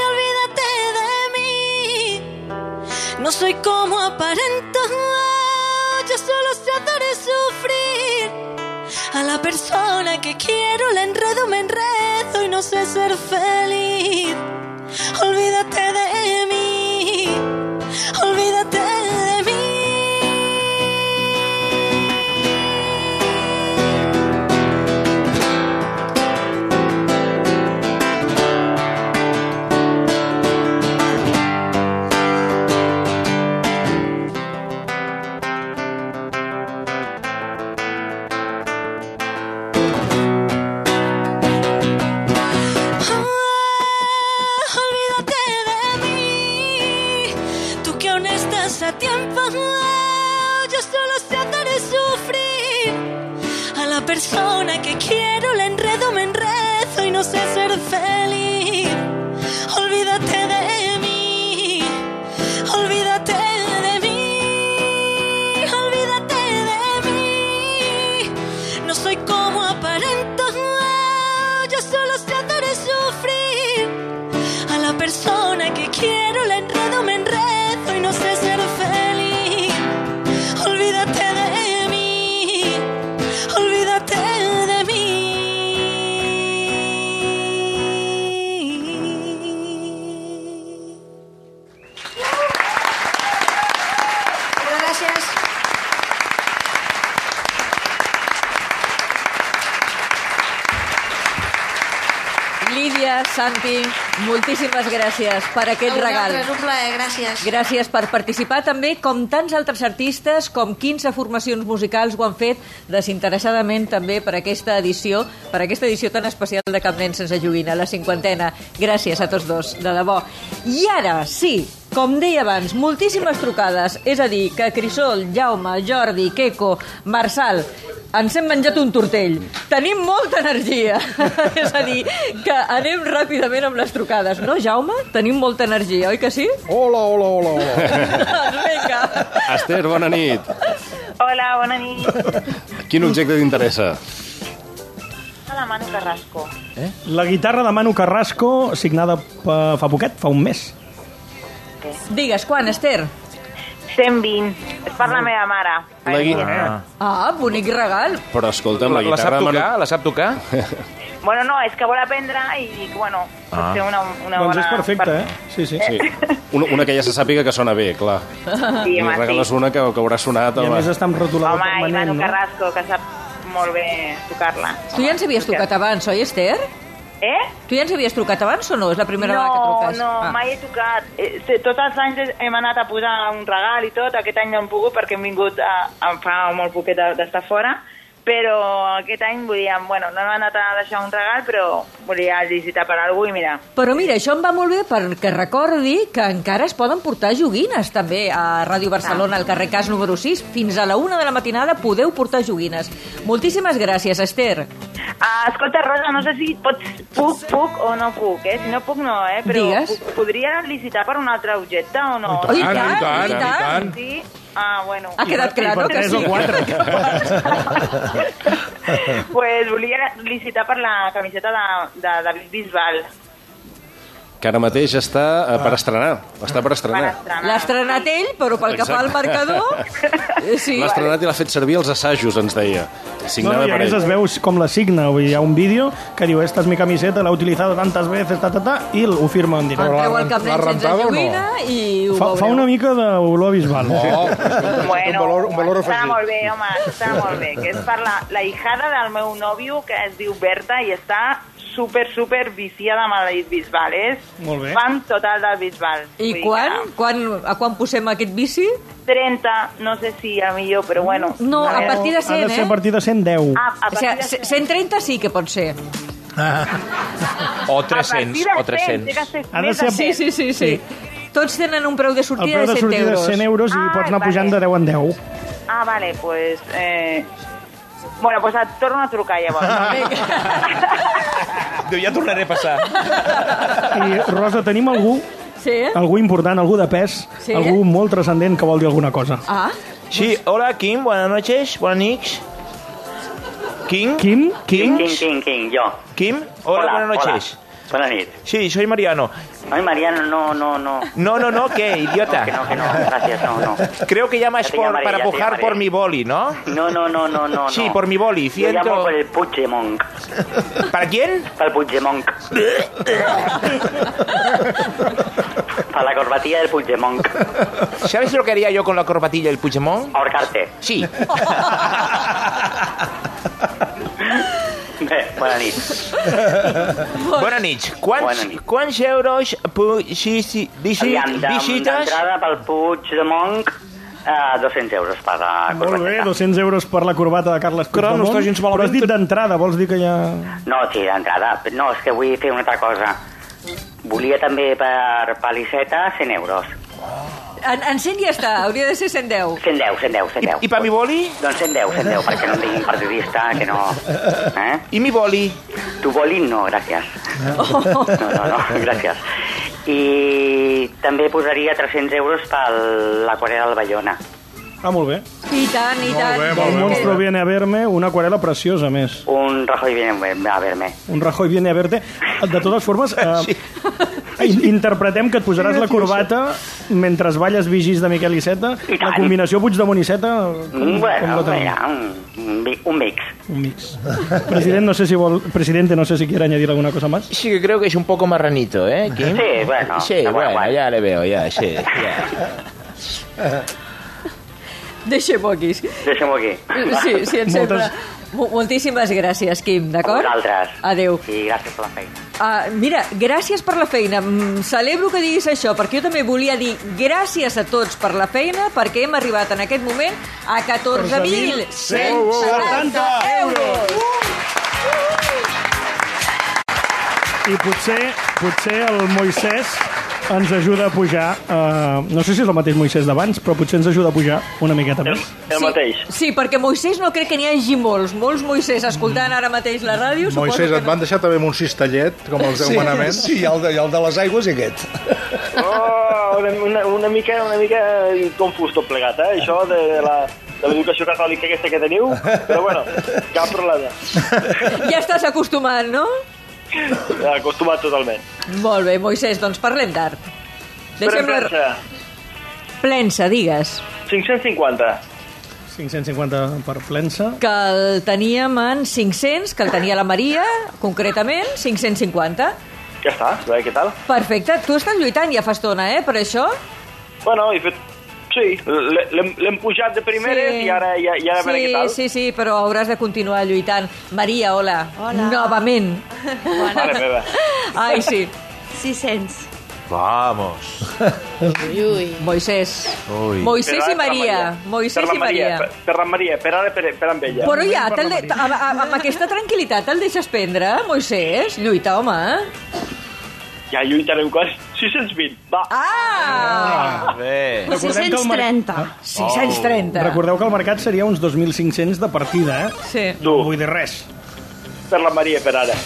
Speaker 6: olvídate de mí. No soy como aparento, yo solo sé hacer sufrir a la persona que quiero, la enredo, me enredo y no sé ser feliz. Olvídate de mí, olvídate de mí. Olvídate de mí. persona que quiero, la enredo, me enredo y no sé ser feliz. Olvídate de mí, olvídate de mí, olvídate de mí. No soy como aparento, yo solo sé hacer sufrir. A la persona que quiero la enredo, me enredo y no sé ser feliz. Olvídate de mí, olvídate de mí.
Speaker 7: Gràcies.
Speaker 3: Lídia, Santi, moltíssimes gràcies per aquest
Speaker 7: A
Speaker 3: regal.
Speaker 7: vosaltres, un plaer, gràcies.
Speaker 3: Gràcies per participar també, com tants altres artistes, com 15 formacions musicals ho han fet desinteressadament també per aquesta edició, per aquesta edició tan especial de Cap Nen sense joguina, la cinquantena. Gràcies a tots dos, de debò. I ara, sí, com deia abans, moltíssimes trucades, és a dir, que Crisol, Jaume, Jordi, Queco, Marçal, ens hem menjat un tortell. Tenim molta energia. és a dir, que anem ràpidament amb les trucades. No, Jaume? Tenim molta energia, oi que sí?
Speaker 30: Hola, hola, hola, hola.
Speaker 4: Esther, bona nit.
Speaker 2: Hola, bona nit.
Speaker 4: Quin objecte t'interessa?
Speaker 2: A la Manu Carrasco.
Speaker 3: Eh?
Speaker 5: La guitarra de Manu Carrasco, signada pa, fa poquet, fa un mes.
Speaker 3: Digues, quan, Esther?
Speaker 2: 120. És per la meva mare.
Speaker 4: La gui...
Speaker 3: Ah, bonic regal.
Speaker 4: Però escolta'm, la
Speaker 15: La, la sap
Speaker 4: guitarra... de
Speaker 15: tocar? La sap tocar?
Speaker 2: Bueno, no, és que vol aprendre i dic, bueno,
Speaker 4: Ah.
Speaker 2: potser una, una
Speaker 4: Doncs
Speaker 2: bona...
Speaker 4: és perfecte,
Speaker 2: per-
Speaker 4: eh? Sí. Una, una que ja se sàpiga que sona bé, clar.
Speaker 2: Sí,
Speaker 4: I
Speaker 2: home,
Speaker 4: regales
Speaker 2: sí.
Speaker 4: una que, que haurà sonat...
Speaker 5: I a més està amb rotulada
Speaker 2: Home, i Manu
Speaker 5: permanent, no?
Speaker 2: Carrasco, que sap molt bé tocar-la.
Speaker 3: Tu ja ens havies trucat abans, oi, Esther?
Speaker 2: Eh?
Speaker 3: Tu ja ens havies trucat abans o no? És la primera
Speaker 2: no,
Speaker 3: vegada que truques.
Speaker 2: No,
Speaker 3: Ah.
Speaker 2: mai he tocat. Eh, sí, Tots els anys hem anat a posar un regal i tot. Aquest any no hem pogut perquè hem vingut a, a fa molt poquet de- d'estar fora. Però aquest any volíem... Bueno, no hem anat a deixar un regal, però volia visitar per algú i mira...
Speaker 3: Però mira, això em va molt bé perquè recordi que encara es poden portar joguines també a Ràdio Barcelona, al carrer Cas número 6. Fins a la una de la matinada podeu portar joguines. Moltíssimes gràcies, Esther.
Speaker 2: Ah, escolta, Rosa, no sé si pots, puc, puc o no puc, eh? Si no puc, no, eh? Però
Speaker 3: Digues.
Speaker 2: puc- podria licitar per un altre objecte o no?
Speaker 3: I tant, I tant, i tant, i tant. i tant.
Speaker 2: Sí? Ah, bueno.
Speaker 3: Ha quedat clar, no? Que sí.
Speaker 2: pues volia licitar per la camiseta de, de David Bisbal.
Speaker 4: Que ara mateix està eh,
Speaker 5: Ah.
Speaker 4: per estrenar. Està per estrenar.
Speaker 3: L'ha estrenat ell, però pel que fa al
Speaker 4: Exacte.
Speaker 3: marcador... eh, Sí.
Speaker 4: L'ha estrenat i l'ha fet servir els assajos, ens deia.
Speaker 5: No, no,
Speaker 4: Signada
Speaker 5: i a
Speaker 4: per
Speaker 5: més
Speaker 4: ell.
Speaker 5: es veu com la signa. vull dir, Hi ha un vídeo que diu esta es mi camiseta, la he utilizado tantas veces, ta, ta, ta, i ho firma en directe.
Speaker 3: Entreu el cap nen sense joguina i ho
Speaker 5: Fa, fa
Speaker 3: veureu.
Speaker 5: una mica d'olor bisbal.
Speaker 30: No,
Speaker 2: Bueno,
Speaker 30: valor- un valor
Speaker 2: està
Speaker 30: afegit.
Speaker 2: molt bé, home, està molt bé. Que és per la, la hijada del meu nòvio, que es diu Berta, i està super, super viciada amb el Bisbal. És
Speaker 3: Molt bé.
Speaker 2: fan total del Bisbal.
Speaker 3: I
Speaker 2: Vull dir
Speaker 3: quan? quan? A quan posem aquest bici?
Speaker 2: 30, no sé si a millor, però bueno.
Speaker 3: No, a
Speaker 2: veure.
Speaker 3: partir de 100,
Speaker 5: Ha de ser
Speaker 3: eh?
Speaker 5: a partir de 110.
Speaker 3: Ah, a partir de 100. 130 sí que pot ser.
Speaker 15: Ah. O 300, o 300.
Speaker 5: Ha de ser a-
Speaker 3: Sí, sí, sí, sí. Tots tenen un preu de
Speaker 5: El
Speaker 3: sortida
Speaker 5: preu de e-
Speaker 3: de 100
Speaker 5: sortida
Speaker 3: euros.
Speaker 5: és 100 euros i
Speaker 2: Ah,
Speaker 5: pots anar
Speaker 2: vale.
Speaker 5: pujant de 10 en 10.
Speaker 2: Ah, vale, pues... Eh... Bueno, pues et torno a trucar, llavors.
Speaker 15: Diu, ja tornaré a passar.
Speaker 5: I, Rosa, tenim algú,
Speaker 3: Sí?
Speaker 5: algú important, algú de pes,
Speaker 15: Sí?
Speaker 5: algú molt transcendent que vol dir alguna cosa.
Speaker 3: Ah?
Speaker 15: Sí, hola, Quim, buenas noches, buenas nits. Quim?
Speaker 5: Quim?
Speaker 15: Quim?
Speaker 11: King, King, King, yo.
Speaker 15: Quim? Hola,
Speaker 11: Hola,
Speaker 15: buenas noches.
Speaker 11: hola. Buenas noches.
Speaker 15: Sí, soy Mariano.
Speaker 11: Ay, Mariano, no, no, no.
Speaker 15: No, no, no, ¿qué, idiota?
Speaker 11: No, que no, que no, gracias, no, no.
Speaker 15: Creo que llamas
Speaker 11: Ya te
Speaker 15: por-
Speaker 11: llamaré,
Speaker 15: para
Speaker 11: ya te
Speaker 15: pujar
Speaker 11: llamaré.
Speaker 15: por mi boli, ¿no?
Speaker 11: No, no, no, no, no.
Speaker 15: Sí,
Speaker 11: no.
Speaker 15: por mi boli,
Speaker 11: Yo
Speaker 15: ciento-
Speaker 11: llamo por el Puigdemont.
Speaker 15: ¿Para quién?
Speaker 11: Para el Puigdemont. Para la corbatilla del Puigdemont.
Speaker 15: ¿Sabes lo que haría yo con la corbatilla del Puigdemont?
Speaker 11: Ahorcarte.
Speaker 15: Sí.
Speaker 11: Bé, Bona nit.
Speaker 15: Bona nit. Quants,
Speaker 11: Bona nit.
Speaker 15: quants euros pu- si- si- visi-
Speaker 11: Aviam, de-
Speaker 15: visites?
Speaker 11: D'entrada pel Puigdemont, eh, 200 euros per la corbatilla.
Speaker 5: Molt bé, 200 euros per la corbata de Carles
Speaker 11: Però no
Speaker 5: Puigdemont.
Speaker 11: està gens malament.
Speaker 5: Però has dit d'entrada, vols dir que ja...
Speaker 11: No, sí, d'entrada. No, és que vull fer una altra cosa. Volia també per palisseta 100 euros.
Speaker 3: En, en 100 ja està, hauria de ser 110.
Speaker 11: 110, 110, 110. I, i
Speaker 1: pa mi boli?
Speaker 11: Doncs 110, 110, perquè no em diguin periodista, que no... Eh?
Speaker 1: I mi boli?
Speaker 11: Tu boli no, gràcies.
Speaker 3: Oh.
Speaker 11: No, no, no, gràcies. I també posaria 300 euros per l'aquarela del Bayona.
Speaker 5: Ah, molt bé.
Speaker 3: I tant, i tant.
Speaker 5: El monstruo viene a verme, una aquarela preciosa, a més.
Speaker 11: Un Rajoy viene a verme.
Speaker 5: Un Rajoy viene a verte. De totes formes, eh, in- interpretem que et posaràs la corbata mentre balles vigis de Miquel Iceta.
Speaker 11: I tant.
Speaker 5: La combinació Puigdemont Iceta...
Speaker 11: Mm,
Speaker 5: la
Speaker 11: Bueno,
Speaker 5: tenim?
Speaker 11: mira, un, un mi- un mix.
Speaker 5: Un mix. President, no sé si vol... Presidente, no sé si quiere añadir alguna cosa más.
Speaker 15: Sí, que creo que es un poco marranito, ¿eh, Kim?
Speaker 11: Sí, bueno,
Speaker 15: Sí,
Speaker 11: bueno,
Speaker 15: bueno,
Speaker 11: bueno.
Speaker 15: ya le veo, ya, sí. ya.
Speaker 3: Deixem-ho aquí.
Speaker 11: Deixem-ho aquí.
Speaker 3: Sí, sí, em sembla. Mo- Moltíssimes gràcies, Quim, d'acord?
Speaker 11: Vosaltres.
Speaker 3: Adéu.
Speaker 11: Sí, gràcies per la feina.
Speaker 3: Uh, mira, gràcies per la feina. Mm, celebro que diguis això, perquè jo també volia dir gràcies a tots per la feina, perquè hem arribat en aquest moment a 14.170 euros.
Speaker 5: I potser, potser el Moisès ens ajuda a pujar... Eh, no sé si és el mateix Moisès d'abans, però potser ens ajuda a pujar una miqueta més.
Speaker 11: El sí. mateix.
Speaker 3: Sí, perquè Moisès no crec que n'hi hagi molts, molts Moisès escoltant ara mateix la ràdio. suposo
Speaker 10: Mm. Moisés,
Speaker 3: que
Speaker 10: et van deixar també amb un cistellet, com els deu
Speaker 12: Sí,
Speaker 10: manaments.
Speaker 12: sí, i el de, i el de les aigües i aquest.
Speaker 13: Oh, una, una, una, mica, una mica confús tot plegat, eh? Això de la de l'educació catòlica aquesta que teniu, però bueno, cap problema.
Speaker 3: Ja estàs acostumat, no?
Speaker 13: Acostumat totalment.
Speaker 3: Molt bé, Moisès, doncs parlem d'art. Deixem la...
Speaker 13: Premsa,
Speaker 3: Plensa, digues.
Speaker 13: 550.
Speaker 5: 550 per plensa.
Speaker 3: Que el teníem en 500, que el tenia la Maria, concretament, 550.
Speaker 13: Ja està, a veure què tal.
Speaker 3: Perfecte, tu estàs lluitant ja fa estona, eh, per això?
Speaker 13: Bueno, he fet... Sí, l'he- l'hem l'hem pujat de primeres i ara, i, ara- i ara a veure
Speaker 3: sí,
Speaker 13: què tal.
Speaker 3: Sí, sí, però hauràs de continuar lluitant. Maria, hola. Hola. Novament.
Speaker 13: Mare meva.
Speaker 3: Ai, sí. 600.
Speaker 15: Vamos.
Speaker 3: Ui, ui. Moisés.
Speaker 15: Ui.
Speaker 3: Moisés i
Speaker 13: Però ara per la
Speaker 3: Maria. Moisés
Speaker 13: Per la
Speaker 3: i Maria.
Speaker 13: Per, per la Maria, per ara per, per amb ella.
Speaker 3: Però ja, te'l de... amb, amb- amb aquesta tranquil·litat te'l deixes prendre, Moisés? Lluita, home. eh?
Speaker 13: Ja lluitarem quan... 620, va.
Speaker 3: Ah!
Speaker 15: Bé.
Speaker 13: Pues 630.
Speaker 5: Ah.
Speaker 13: 630.
Speaker 5: Oh. Recordeu que el mercat seria uns 2.500 de partida, eh?
Speaker 3: Sí.
Speaker 5: No vull dir res.
Speaker 13: Per la Maria, per ara.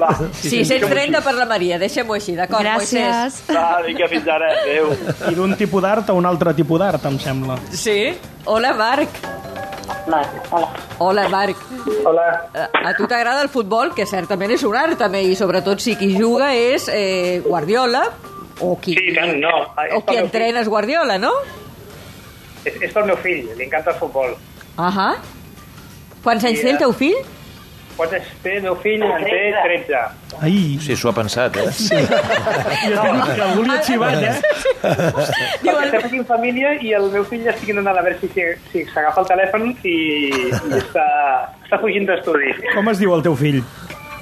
Speaker 13: Va.
Speaker 3: 630 per la Maria, deixem-ho així, d'acord, Moisés?
Speaker 13: Va, vinga, fins ara. Adéu.
Speaker 5: I d'un tipus d'art a un altre tipus d'art, em sembla.
Speaker 3: Sí? Hola, Marc. Marc, hola. Hola, Marc. Eh,
Speaker 13: Hola.
Speaker 3: A, a tu t'agrada el futbol, que certament és un art també, i sobretot si qui juga és eh, Guardiola, o qui,
Speaker 14: Sí, i tant, no.
Speaker 3: o
Speaker 14: És pel,
Speaker 3: qui
Speaker 14: meu fill,
Speaker 3: entrena és Guardiola, no?
Speaker 14: és, és pel meu fill, li encanta el futbol.
Speaker 3: Ahà. Quants anys
Speaker 14: Sí,
Speaker 3: té el
Speaker 14: eh?
Speaker 3: teu fill?
Speaker 14: Quants anys té el meu fill? En té 13.
Speaker 5: Ai.
Speaker 15: Sí, s'ho ha pensat, eh? Sí.
Speaker 5: Jo tinc que algú
Speaker 15: Ah,
Speaker 5: li ha xivat, eh?
Speaker 14: Diu, estem aquí en família i el meu fill ja estic anant a veure si si s'agafa el telèfon i, i està, està fugint d'estudi.
Speaker 5: Com es diu el teu fill?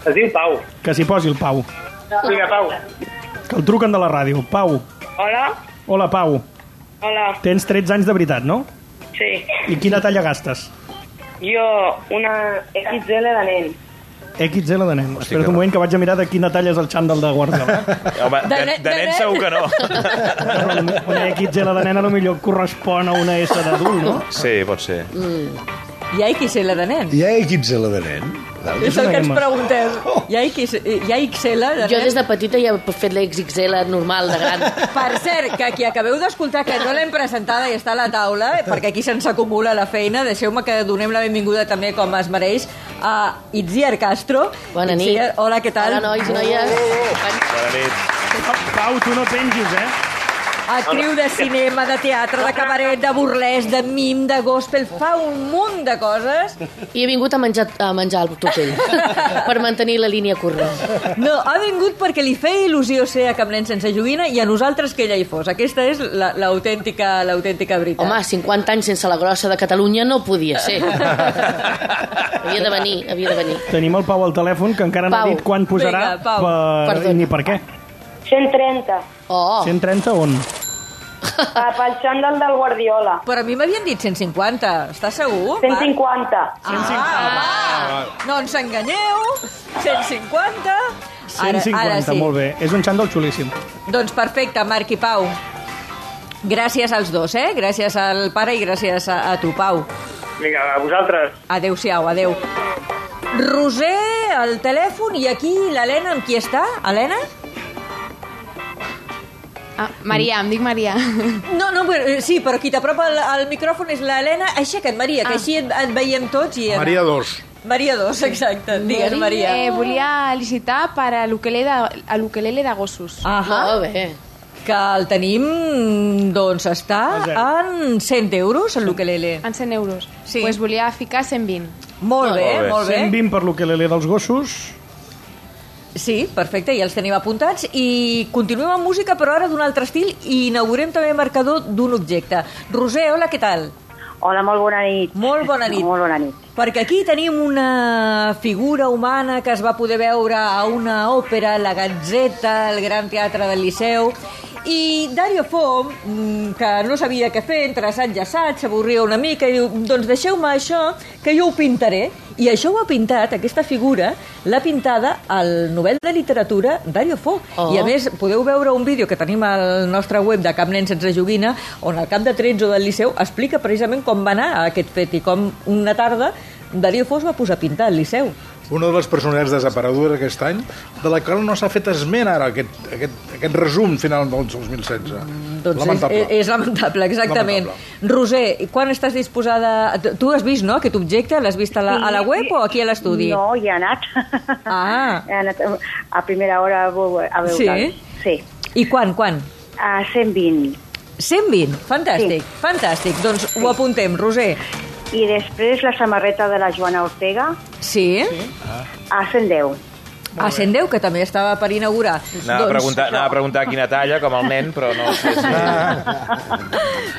Speaker 14: Es diu Pau.
Speaker 5: Que s'hi posi el Pau.
Speaker 14: Vinga, Pau.
Speaker 5: Que el truquen de la ràdio. Pau.
Speaker 14: Hola.
Speaker 5: Hola, Pau.
Speaker 14: Hola.
Speaker 13: Ah.
Speaker 5: Tens 13 anys de veritat, no?
Speaker 14: Sí.
Speaker 5: I quina talla gastes?
Speaker 14: Jo, una XL de nen.
Speaker 5: XL de nen. Espera't un moment que vaig a mirar de quina talla és el xandall de Guardiola.
Speaker 15: Home, de,
Speaker 14: ne-
Speaker 15: de nen segur que no.
Speaker 5: Una XL de nena potser correspon a una S d'adult, no?
Speaker 15: Sí, pot ser.
Speaker 3: Mm. Hi ha XL de nen.
Speaker 12: Hi ha XL de nen?
Speaker 3: És el que ens preguntem. Hi ha, X, hi ha XL de
Speaker 16: Jo
Speaker 3: nen?
Speaker 16: des de petita ja he fet la XXL normal de gran.
Speaker 3: Per cert, que qui acabeu d'escoltar que no l'hem presentada i està a la taula, perquè aquí se'ns acumula la feina, deixeu-me que donem la benvinguda també, com es mereix, a Itziar Castro.
Speaker 16: Bona nit.
Speaker 3: Itziar, hola, què tal?
Speaker 16: Hola, nois i noies.
Speaker 15: Bona nit.
Speaker 5: Pau, tu no pengis, eh?
Speaker 3: Actriu de cinema, de teatre, de cabaret, de burlesc, de mim, de gospel, fa un munt de coses.
Speaker 16: I he vingut a menjar, a menjar el tortell, per mantenir la línia curta.
Speaker 3: No, ha vingut perquè li feia il·lusió ser a Camp Nen sense joguina i a nosaltres que ella hi fos. Aquesta és la- l'autèntica la, l'autèntica veritat.
Speaker 16: Home, 50 anys sense la grossa de Catalunya no podia ser. havia de venir, havia de venir.
Speaker 5: Tenim el Pau al telèfon, que encara no ha
Speaker 16: Pau.
Speaker 5: dit quan posarà
Speaker 16: Vinga, Pau.
Speaker 5: per...
Speaker 16: Perdona.
Speaker 5: i ni per què.
Speaker 17: 130.
Speaker 16: Oh.
Speaker 5: 130 on?
Speaker 17: Ah, Pel xandall del Guardiola.
Speaker 3: Però a mi m'havien dit 150, estàs segur?
Speaker 17: 150.
Speaker 3: Ah, no ens enganyeu, 150.
Speaker 5: 150, molt bé. És un xandall xulíssim.
Speaker 3: Doncs perfecte, Marc i Pau. Gràcies als dos, eh? Gràcies al pare i gràcies a, a tu, Pau.
Speaker 2: Vinga, a vosaltres.
Speaker 3: Adéu-siau, adéu. Roser, al telèfon, i aquí l'Helena, amb qui està? Helena?
Speaker 10: Ah, Maria, em dic Maria.
Speaker 3: No, no, però, eh, sí, però qui t'apropa al, al micròfon és l'Helena. Aixeca't, Maria, que
Speaker 10: Ah.
Speaker 3: així et, et veiem tots. I...
Speaker 30: Maria 2.
Speaker 3: Maria 2, exacte. Digues, Maria.
Speaker 10: Eh, volia licitar per a l'ukelele de, de gossos.
Speaker 3: Ah, Molt bé. Que el tenim, doncs, està en 100 euros, el l'ukelele.
Speaker 10: En 100 euros.
Speaker 3: Sí.
Speaker 10: Pues volia ficar 120.
Speaker 3: Molt bé, molt bé.
Speaker 5: 120 per l'ukelele dels gossos.
Speaker 3: Sí, perfecte, ja els tenim apuntats i continuem amb música, però ara d'un altre estil i inaugurem també marcador d'un objecte. Roser, hola, què tal?
Speaker 18: Hola, molt bona nit.
Speaker 3: Molt bona nit.
Speaker 18: Molt bona nit.
Speaker 3: Perquè aquí tenim una figura humana que es va poder veure a una òpera, la Gazzetta, al Gran Teatre del Liceu, i Dario Fo, mm, que no sabia què fer, entre assaig i assaig, s'avorria una mica i diu, doncs deixeu-me això, que jo ho pintaré. I això ho ha pintat, aquesta figura, l'ha pintada el novel de literatura Dario Fo.
Speaker 6: Oh.
Speaker 3: I a més, podeu veure un vídeo que tenim al nostre web de Cap Nen sense joguina, on el cap de 13 del Liceu explica precisament com va anar aquest fet i com una tarda Darío Fos va posar a pintar al Liceu.
Speaker 30: Una de les personalitats desaparegudes aquest any, de la qual no s'ha fet esment ara, aquest, aquest, aquest resum final del 2016.
Speaker 3: Doncs
Speaker 30: Lamentable.
Speaker 3: És, és lamentable, exactament. Lamentable. Roser, i quan estàs disposada... tu- Tu has vist, no?, aquest objecte? L'has vist a la, a la web o aquí a l'estudi?
Speaker 18: No, hi he anat.
Speaker 3: Ah.
Speaker 18: He anat Eh, a primera hora a veure- a veure.
Speaker 3: Sí?
Speaker 18: Sí.
Speaker 3: I quan, quan?
Speaker 18: A 120.
Speaker 3: 120? Fantàstic, sí. fantàstic. Doncs ho apuntem, Roser.
Speaker 18: I després la samarreta de la Joana Ortega
Speaker 3: Sí?
Speaker 5: Ah.
Speaker 18: a 110.
Speaker 3: A 110, que també estava per inaugurar. Doncs
Speaker 15: Anava,
Speaker 18: Doncs
Speaker 15: a preguntar, anava a preguntar quina talla, com el nen, però no sé si...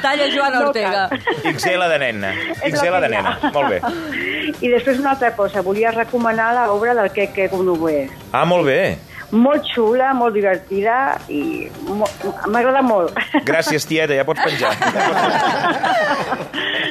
Speaker 3: Talla Joana Ortega.
Speaker 15: XL de nena.
Speaker 18: És la
Speaker 15: XL de
Speaker 18: primera.
Speaker 15: nena. Molt bé.
Speaker 18: I després una altra cosa, volia recomanar l'obra del Queque Gunubué.
Speaker 15: Ah, molt bé.
Speaker 18: Molt xula, molt divertida i mo- m'agrada molt.
Speaker 15: Gràcies, tieta, ja pots penjar.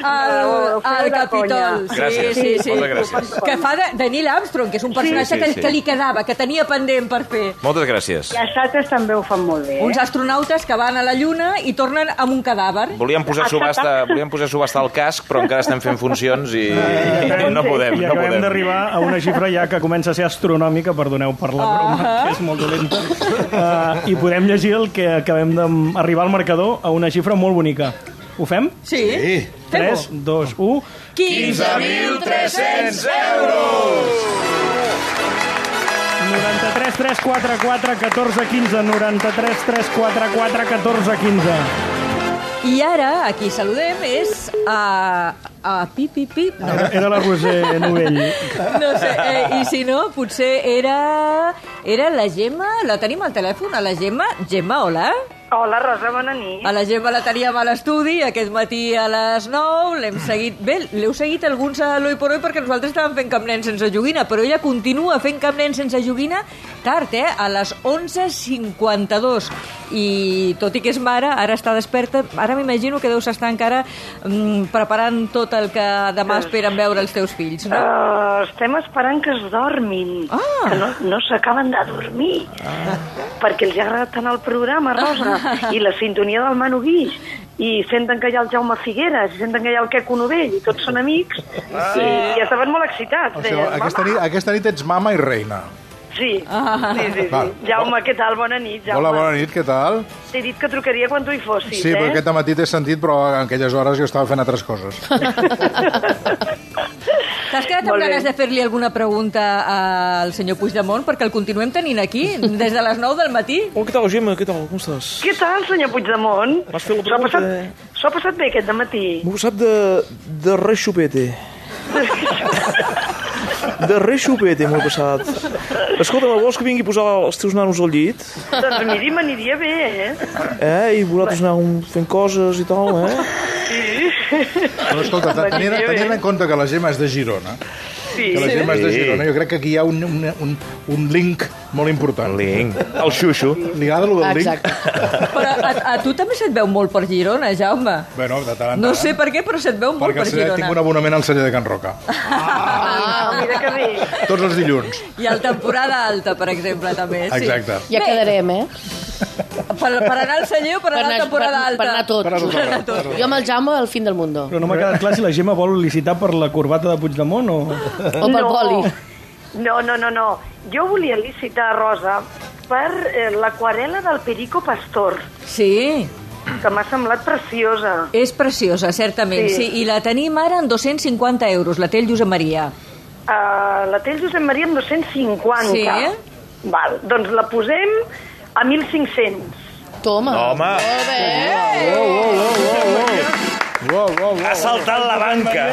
Speaker 3: al, al Capitol.
Speaker 15: conya. Gràcies,
Speaker 3: sí, sí.
Speaker 15: moltes gràcies.
Speaker 3: Que fa de, de Neil Armstrong, que és un personatge
Speaker 15: Sí, sí,
Speaker 3: que,
Speaker 15: sí.
Speaker 3: que li quedava, que tenia pendent per fer.
Speaker 15: Moltes gràcies.
Speaker 18: els altres també ho fan molt bé. eh?
Speaker 3: Uns astronautes que van a la Lluna i tornen amb un cadàver.
Speaker 15: Volíem posar subhasta, volíem posar subhasta al casc, però encara estem fent funcions i, i no podem, no
Speaker 5: I Eh, acabem
Speaker 15: podem.
Speaker 5: d'arribar a una xifra ja que comença a ser astronòmica, perdoneu per la broma,
Speaker 3: Ah.
Speaker 5: que és molt dolenta. Uh, I podem llegir el que acabem d'arribar al marcador a una xifra molt bonica. Ho fem?
Speaker 3: Sí. sí.
Speaker 5: 3, 2, 1...
Speaker 29: 15.300
Speaker 15: euros!
Speaker 5: 93 344 14 15 93 344 14 15
Speaker 3: I ara, aquí saludem, és a... a Pi, Pi, Pi. No.
Speaker 5: Era- era la Roser Novell.
Speaker 3: No sé, eh, i si no, potser era... Era la Gemma, la tenim al telèfon, a la Gemma. Gemma, hola.
Speaker 17: Hola, Rosa, bona nit.
Speaker 3: A la Gemma la teníem a l'estudi aquest matí a les 9, l'hem seguit... Bé, l'heu seguit alguns a l'Oi per Oi perquè nosaltres estàvem fent Camp Nen sense joguina, però ella continua fent Camp Nen sense joguina tard, eh? A les 11.52. I tot i que és mare, ara està desperta, ara m'imagino que deus estar encara mm, preparant tot el que demà esperen veure els teus fills, no?
Speaker 17: Uh, estem esperant que es dormin, ah. que no, no s'acaben de dormir, ah. perquè els agrada tant el programa, Rosa, i la sintonia del Manu Guix, i senten que hi ha el Jaume Figueres, i senten que hi ha el Queco Novell, i tots són amics, ah. i, i estaven molt excitats.
Speaker 30: O
Speaker 17: O
Speaker 30: sigui,
Speaker 17: deien,
Speaker 30: aquesta,
Speaker 17: eh, "Mama".
Speaker 30: nit, aquesta nit ets mama i reina.
Speaker 17: Sí, ah. sí, sí,
Speaker 30: Val.
Speaker 17: sí. Jaume, què tal? Bona nit, Jaume.
Speaker 30: Hola, bona nit, què tal?
Speaker 17: T'he dit que trucaria quan tu hi fossis,
Speaker 30: Sí,
Speaker 17: eh?
Speaker 30: però aquest matí t'he sentit, però en aquelles hores jo estava fent altres coses.
Speaker 3: T'has quedat amb
Speaker 17: Molt bé.
Speaker 3: ganes de fer-li alguna pregunta al senyor Puigdemont? Perquè el continuem tenint aquí, des de les 9 del matí.
Speaker 31: Oh, què tal, Gemma? Què tal? Com estàs?
Speaker 17: Què tal, senyor Puigdemont?
Speaker 31: Vas fer la
Speaker 17: S'ho ha
Speaker 31: pregunta.
Speaker 17: passat, s'ho ha passat bé aquest matí.
Speaker 31: M'ho sap de... de res xupete. De res xupete m'ho he passat. Escolta'm, vols que vingui a posar els teus nanos al llit?
Speaker 17: doncs miri, m'aniria bé, eh?
Speaker 31: Eh? I vosaltres anàvem fent coses i tal, eh?
Speaker 30: Però escolta, tenint, tenint en compte que la Gemma és de Girona,
Speaker 17: Sí.
Speaker 30: que la Gemma és de Girona, jo crec que aquí hi ha un, un, un, un link molt important.
Speaker 15: Link. El xuxo.
Speaker 30: Li agrada el del link?
Speaker 3: Exacte. Però a, a tu també se't veu molt per Girona, Jaume.
Speaker 30: Bueno, de tant en
Speaker 3: No
Speaker 30: tant,
Speaker 3: sé per què, però se't veu molt
Speaker 30: perquè
Speaker 3: per
Speaker 30: sé que
Speaker 3: Girona.
Speaker 30: tinc un abonament al celler de Can Roca.
Speaker 3: Ah, mira que bé.
Speaker 30: Tots els dilluns.
Speaker 3: I el temporada alta, per exemple, també. Sí.
Speaker 30: Exacte.
Speaker 16: Ja
Speaker 3: Bé,
Speaker 16: quedarem, eh?
Speaker 3: Per, per anar al celler o per anar a la temporada alta?
Speaker 16: Per anar tot.
Speaker 3: Per anar tot.
Speaker 16: Jo amb el Jaume al fin del mundo.
Speaker 5: Però no m'ha quedat clar si la Gemma vol licitar per la corbata de Puigdemont o... O
Speaker 16: pel boli.
Speaker 17: No, no, no, no. Jo volia licitar, Rosa, per eh, l'aquarela del Perico Pastor,
Speaker 3: Sí,
Speaker 17: que m'ha semblat preciosa.
Speaker 3: és preciosa, certament.
Speaker 17: Sí.
Speaker 3: Sí. sí. I la tenim ara en 250 euros, la té el Josep Maria.
Speaker 17: Uh, la té el Josep Maria amb 250.
Speaker 3: Sí, eh?
Speaker 17: Val, doncs la posem a 1.500.
Speaker 16: Toma.
Speaker 15: Home.
Speaker 16: Molt bé.
Speaker 15: Ha saltat la banca.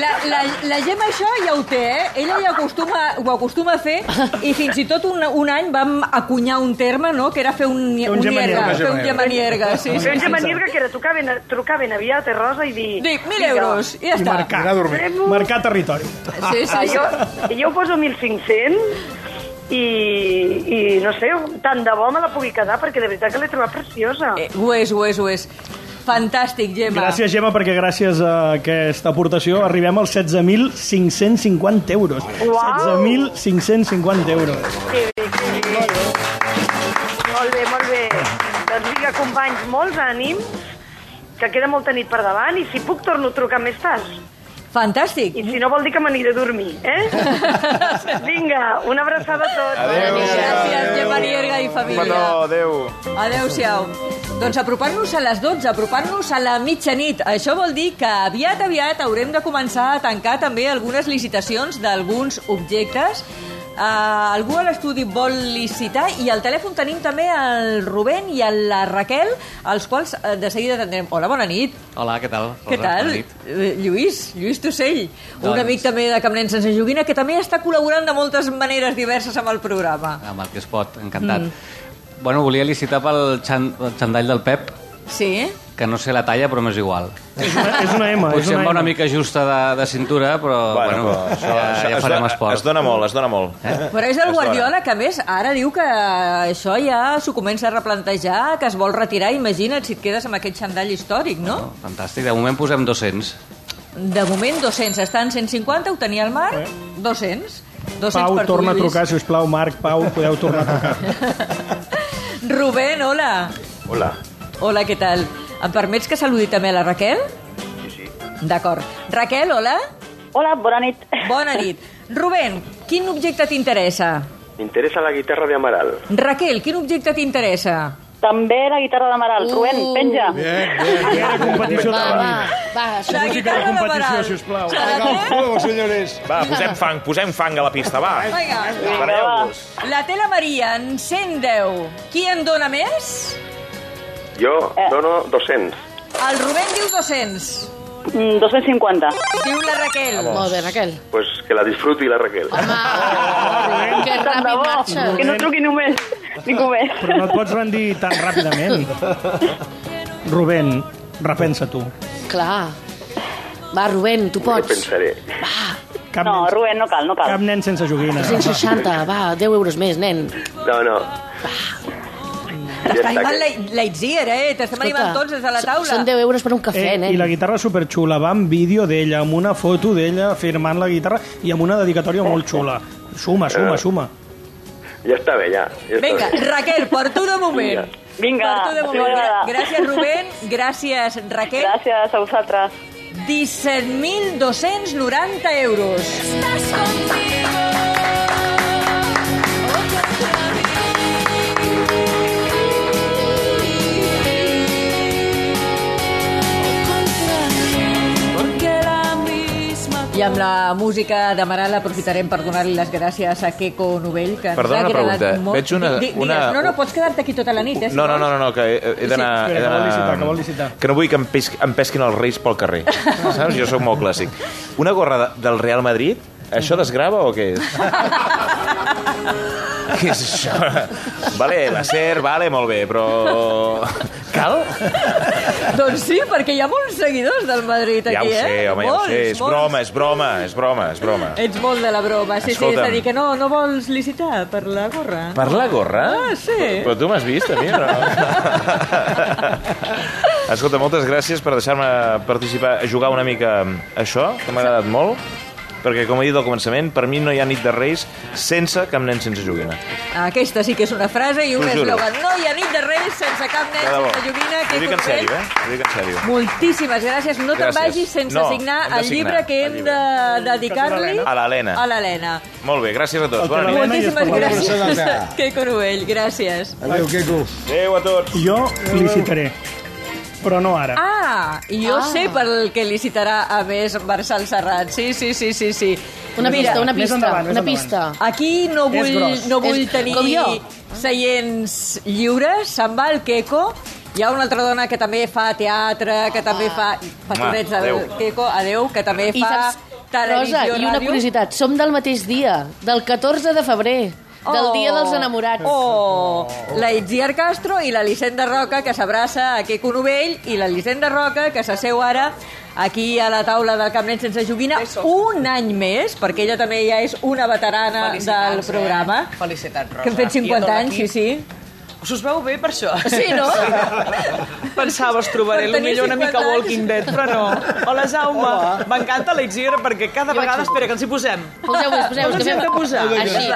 Speaker 3: La, la, la Gemma això ja ho té, eh? Ella ja acostuma, ho acostuma a fer i fins i tot un, un any vam acunyar un terme, no?, que era fer un,
Speaker 17: Fer
Speaker 3: un,
Speaker 17: un
Speaker 3: un
Speaker 17: gemanierga.
Speaker 3: nierga, fer un gemanierga. Sí,
Speaker 17: Fer
Speaker 3: sí,
Speaker 17: un
Speaker 3: sí, sí.
Speaker 17: gemanierga que era trucar ben, trucar ben aviat, eh, Rosa, i dir...
Speaker 3: Dic, 1.000
Speaker 17: vinga.
Speaker 3: euros, i ja està.
Speaker 5: Marcar, marcar territori.
Speaker 3: Sí, sí, sí.
Speaker 17: Jo, Ah, jo ho poso a 1.500 i, i no sé, tant de bo me la pugui quedar perquè de veritat que l'he trobat preciosa. Eh,
Speaker 3: Ho és, ho és, ho és. Fantàstic, Gemma.
Speaker 5: Gràcies, Gemma, perquè gràcies a aquesta aportació arribem als 16.550 euros.
Speaker 3: Uau!
Speaker 5: 16.550 euros.
Speaker 17: Que bé, que bé. Molt bé, molt bé. Doncs vinga, companys, molts ànims, que queda molta nit per davant i si puc torno a trucar més tard.
Speaker 3: Fantàstic.
Speaker 17: I si no vol dir que m'aniré a dormir, eh? Vinga, una abraçada a tots.
Speaker 15: Adéu.
Speaker 3: Gràcies, Gemma Nierga i família.
Speaker 15: Petó, adéu.
Speaker 3: Adéu-siau. Doncs apropar-nos a les 12, apropar-nos a la mitjanit. Això vol dir que aviat, aviat haurem de començar a tancar també algunes licitacions d'alguns objectes. Uh, algú a l'estudi vol licitar i al telèfon tenim també el Rubén i el- la Raquel, els quals eh, de seguida tindrem. Hola, bona nit.
Speaker 8: Hola, què tal? Rosa?
Speaker 3: Què tal?
Speaker 8: Bona nit.
Speaker 3: Eh, Lluís, Lluís Tossell, un
Speaker 8: Doncs-
Speaker 3: amic també de Cambrens sense joguina que també està col·laborant de moltes maneres diverses amb el programa.
Speaker 8: Amb el Ah, que es pot, encantat.
Speaker 3: Mm.
Speaker 8: Mm. Bueno, volia licitar pel xan el xandall del Pep,
Speaker 3: Sí?
Speaker 8: que no sé la talla, però m'és igual.
Speaker 5: Eh, És una M, Ah, és
Speaker 8: Potser em
Speaker 5: una
Speaker 8: va
Speaker 5: M.
Speaker 8: una mica justa de, Ah, de cintura, però, bueno, bueno
Speaker 15: però això-
Speaker 8: ja,
Speaker 15: això
Speaker 8: ja
Speaker 15: es
Speaker 8: farem
Speaker 15: dona-
Speaker 8: esport.
Speaker 15: es dona molt, es dona molt.
Speaker 8: Eh?
Speaker 3: Però és el Guardiola que, a més, ara diu que això ja s'ho comença a replantejar, que es vol retirar. Imagina't si et quedes amb aquest xandall històric, no?
Speaker 8: Fantàstic, de moment posem 200.
Speaker 3: De moment, 200. Està en 150, ho tenia el Marc, 200. 200
Speaker 5: Eh. Pau,
Speaker 3: per tu,
Speaker 5: torna a
Speaker 3: Lluís.
Speaker 5: trucar, si us plau, Marc, Pau, podeu tornar a trucar.
Speaker 3: Rubén, hola.
Speaker 9: Hola.
Speaker 3: Hola, què tal? Em permets que saludi també la Raquel?
Speaker 9: Sí, sí.
Speaker 3: D'acord. Raquel, hola.
Speaker 20: Hola, bona nit.
Speaker 3: Bona nit. Rubén, quin objecte t'interessa?
Speaker 9: M'interessa la guitarra de Amaral.
Speaker 3: Raquel, quin objecte t'interessa?
Speaker 20: També la guitarra d'Amaral. Uh. Rubén, penja.
Speaker 10: Bien, bien, bien. Era competició
Speaker 16: Va, va, va.
Speaker 10: La guitarra de Amaral.
Speaker 5: sisplau.
Speaker 10: Vinga, al fuego, senyores.
Speaker 15: Va, posem fang, posem fang a la pista, va.
Speaker 3: Vinga.
Speaker 15: Pareu-vos.
Speaker 3: La tela Maria, en 110. Qui en dona més?
Speaker 9: Jo
Speaker 3: Eh.
Speaker 9: dono 200.
Speaker 3: El Rubén diu 200.
Speaker 20: Mm, 250.
Speaker 3: Diu la Raquel.
Speaker 20: Molt
Speaker 16: bé, Raquel.
Speaker 9: Pues que la disfruti la Raquel.
Speaker 16: Que ràpid marxa.
Speaker 20: Que no truqui només. Ningú més.
Speaker 5: Però no et pots rendir tan ràpidament. Rubén, repensa tu.
Speaker 16: Clar. Va, Rubén, tu pots.
Speaker 9: Pensaré.
Speaker 5: Cap
Speaker 20: no, Rubén, no cal, no cal.
Speaker 5: Cap nen sense joguina.
Speaker 16: 160, va, 10 euros més, nen.
Speaker 9: No, no.
Speaker 3: T'està
Speaker 16: està,
Speaker 3: animant
Speaker 16: que-
Speaker 3: la- l'Aitzier, eh? T'estem animant tots des de la taula.
Speaker 16: Són 10 euros per un cafè,
Speaker 5: Eh, I
Speaker 16: nen.
Speaker 5: la guitarra superxula, va amb vídeo d'ella, amb una foto d'ella firmant la guitarra i amb una dedicatòria molt xula. Suma,
Speaker 15: Eh,
Speaker 5: suma, suma.
Speaker 9: Ja està bé, ja. ja està
Speaker 3: Vinga,
Speaker 9: bé.
Speaker 3: Raquel, per tu de moment.
Speaker 20: Vinga,
Speaker 3: Per tu de moment.
Speaker 20: vinga.
Speaker 3: Gràcies, Rubén. Gràcies, Raquel.
Speaker 20: Gràcies a vosaltres.
Speaker 3: 17.290 euros. I amb la música de Maral aprofitarem per donar-li les gràcies a Keco Novell, que
Speaker 15: Perdona
Speaker 3: ens
Speaker 15: una
Speaker 3: ha agradat
Speaker 15: pregunta.
Speaker 3: molt.
Speaker 15: Veig una-
Speaker 3: Di- di-
Speaker 15: una-
Speaker 3: digues, No, no, pots quedar-te aquí tota la nit, eh? si
Speaker 15: No, no,
Speaker 3: vols.
Speaker 15: no, no, no que he, he d'anar... he
Speaker 5: Sí, espera, que vol
Speaker 15: d'anar-
Speaker 5: licitar, que vol licitar.
Speaker 15: Que no vull que em, pes, em pesquin els reis pel carrer. Saps? Jo sóc molt clàssic. Una gorra de, del Real Madrid, això desgrava o què és? què és això? Vale, la SER, vale, molt bé, però... Cal?
Speaker 3: Doncs sí, perquè hi ha molts seguidors del Madrid
Speaker 15: ja ho
Speaker 3: aquí, eh?
Speaker 15: sé, home, ja ho sé. És
Speaker 3: molts.
Speaker 15: broma, és broma, és broma, és broma.
Speaker 3: Ets molt de la broma, sí, sí, és a
Speaker 15: Escolta'm.
Speaker 3: dir, que no, no vols licitar per la gorra?
Speaker 15: Per la gorra?
Speaker 3: Ah, sí.
Speaker 15: Però tu m'has vist, a mi, no? Escolta, moltes gràcies per deixar-me participar, a jugar una mica a això, que m'ha agradat molt. perquè, com he dit al començament, per mi no hi ha nit de Reis sense cap nen sense joguina.
Speaker 3: Aquesta sí que és una frase i
Speaker 15: T'ho
Speaker 3: una
Speaker 15: juro.
Speaker 3: eslògan. No hi ha nit de res sense cap nen,
Speaker 15: De debò.
Speaker 3: sense joguina,
Speaker 15: Ho
Speaker 3: que
Speaker 15: dic en
Speaker 3: content.
Speaker 15: sèrio, eh? Ho dic en sèrio.
Speaker 3: Moltíssimes gràcies. No te'n
Speaker 15: Gràcies.
Speaker 3: vagis sense
Speaker 15: No,
Speaker 3: signar
Speaker 15: hem de
Speaker 3: el llibre
Speaker 15: signar,
Speaker 3: que hem de dedicar-li
Speaker 15: A l'Helena.
Speaker 3: a l'Helena.
Speaker 15: Molt bé, gràcies a tots.
Speaker 5: El
Speaker 15: Bona nit.
Speaker 5: Helena i es
Speaker 3: Moltíssimes
Speaker 5: parla.
Speaker 3: gràcies,
Speaker 15: Bona nit.
Speaker 3: Queco Novell. Gràcies.
Speaker 5: Adéu, Queco.
Speaker 15: Adéu a tots.
Speaker 5: Jo li citaré, però no ara.
Speaker 3: Ah, i jo sé pel que li citarà a més Marçal Serrat. Sí, sí, sí, sí. sí.
Speaker 16: Una pista, una pista, una pista.
Speaker 3: Aquí no
Speaker 16: És
Speaker 3: vull,
Speaker 16: gros.
Speaker 3: no vull
Speaker 16: És
Speaker 3: tenir
Speaker 16: com jo.
Speaker 3: seients lliures. Se'n va el Queco. Hi ha una altra dona que també fa teatre, que també fa... Petonets del
Speaker 16: adéu.
Speaker 3: Queco, adeu, que també
Speaker 16: Ah. I
Speaker 3: fa
Speaker 16: saps, Rosa, i una
Speaker 3: ràdio.
Speaker 16: curiositat, som del mateix dia, del 14 de febrer, del
Speaker 3: Oh.
Speaker 16: dia dels enamorats.
Speaker 3: Oh, la Itziar Castro i la Lisenda Roca, que s'abraça a Queco Novell, i la Lisenda Roca, que s'asseu ara aquí a la taula del Camp Nen sense joguina un any més, perquè ella també ja és una veterana del programa.
Speaker 4: Eh? Felicitats, Rosa.
Speaker 3: Que hem fet
Speaker 4: I
Speaker 3: 50
Speaker 4: a tot
Speaker 3: anys, sí,
Speaker 4: l'equip.
Speaker 3: sí.
Speaker 4: Us us veu bé per això?
Speaker 3: Sí, no?
Speaker 4: Pensava, us trobaré
Speaker 3: Per
Speaker 4: el
Speaker 3: tenir
Speaker 4: millor una
Speaker 3: 50
Speaker 4: mica
Speaker 3: anys.
Speaker 4: Walking Dead, però no. Hola, Jaume. M'encanta la Itziar perquè cada
Speaker 16: Jo vaig
Speaker 4: vegada...
Speaker 16: fer-
Speaker 4: Espera, que ens hi posem.
Speaker 16: Poseu-vos, poseu-vos,
Speaker 4: No ens hi hem
Speaker 16: que
Speaker 4: de
Speaker 16: fem-
Speaker 4: posar.
Speaker 16: Així.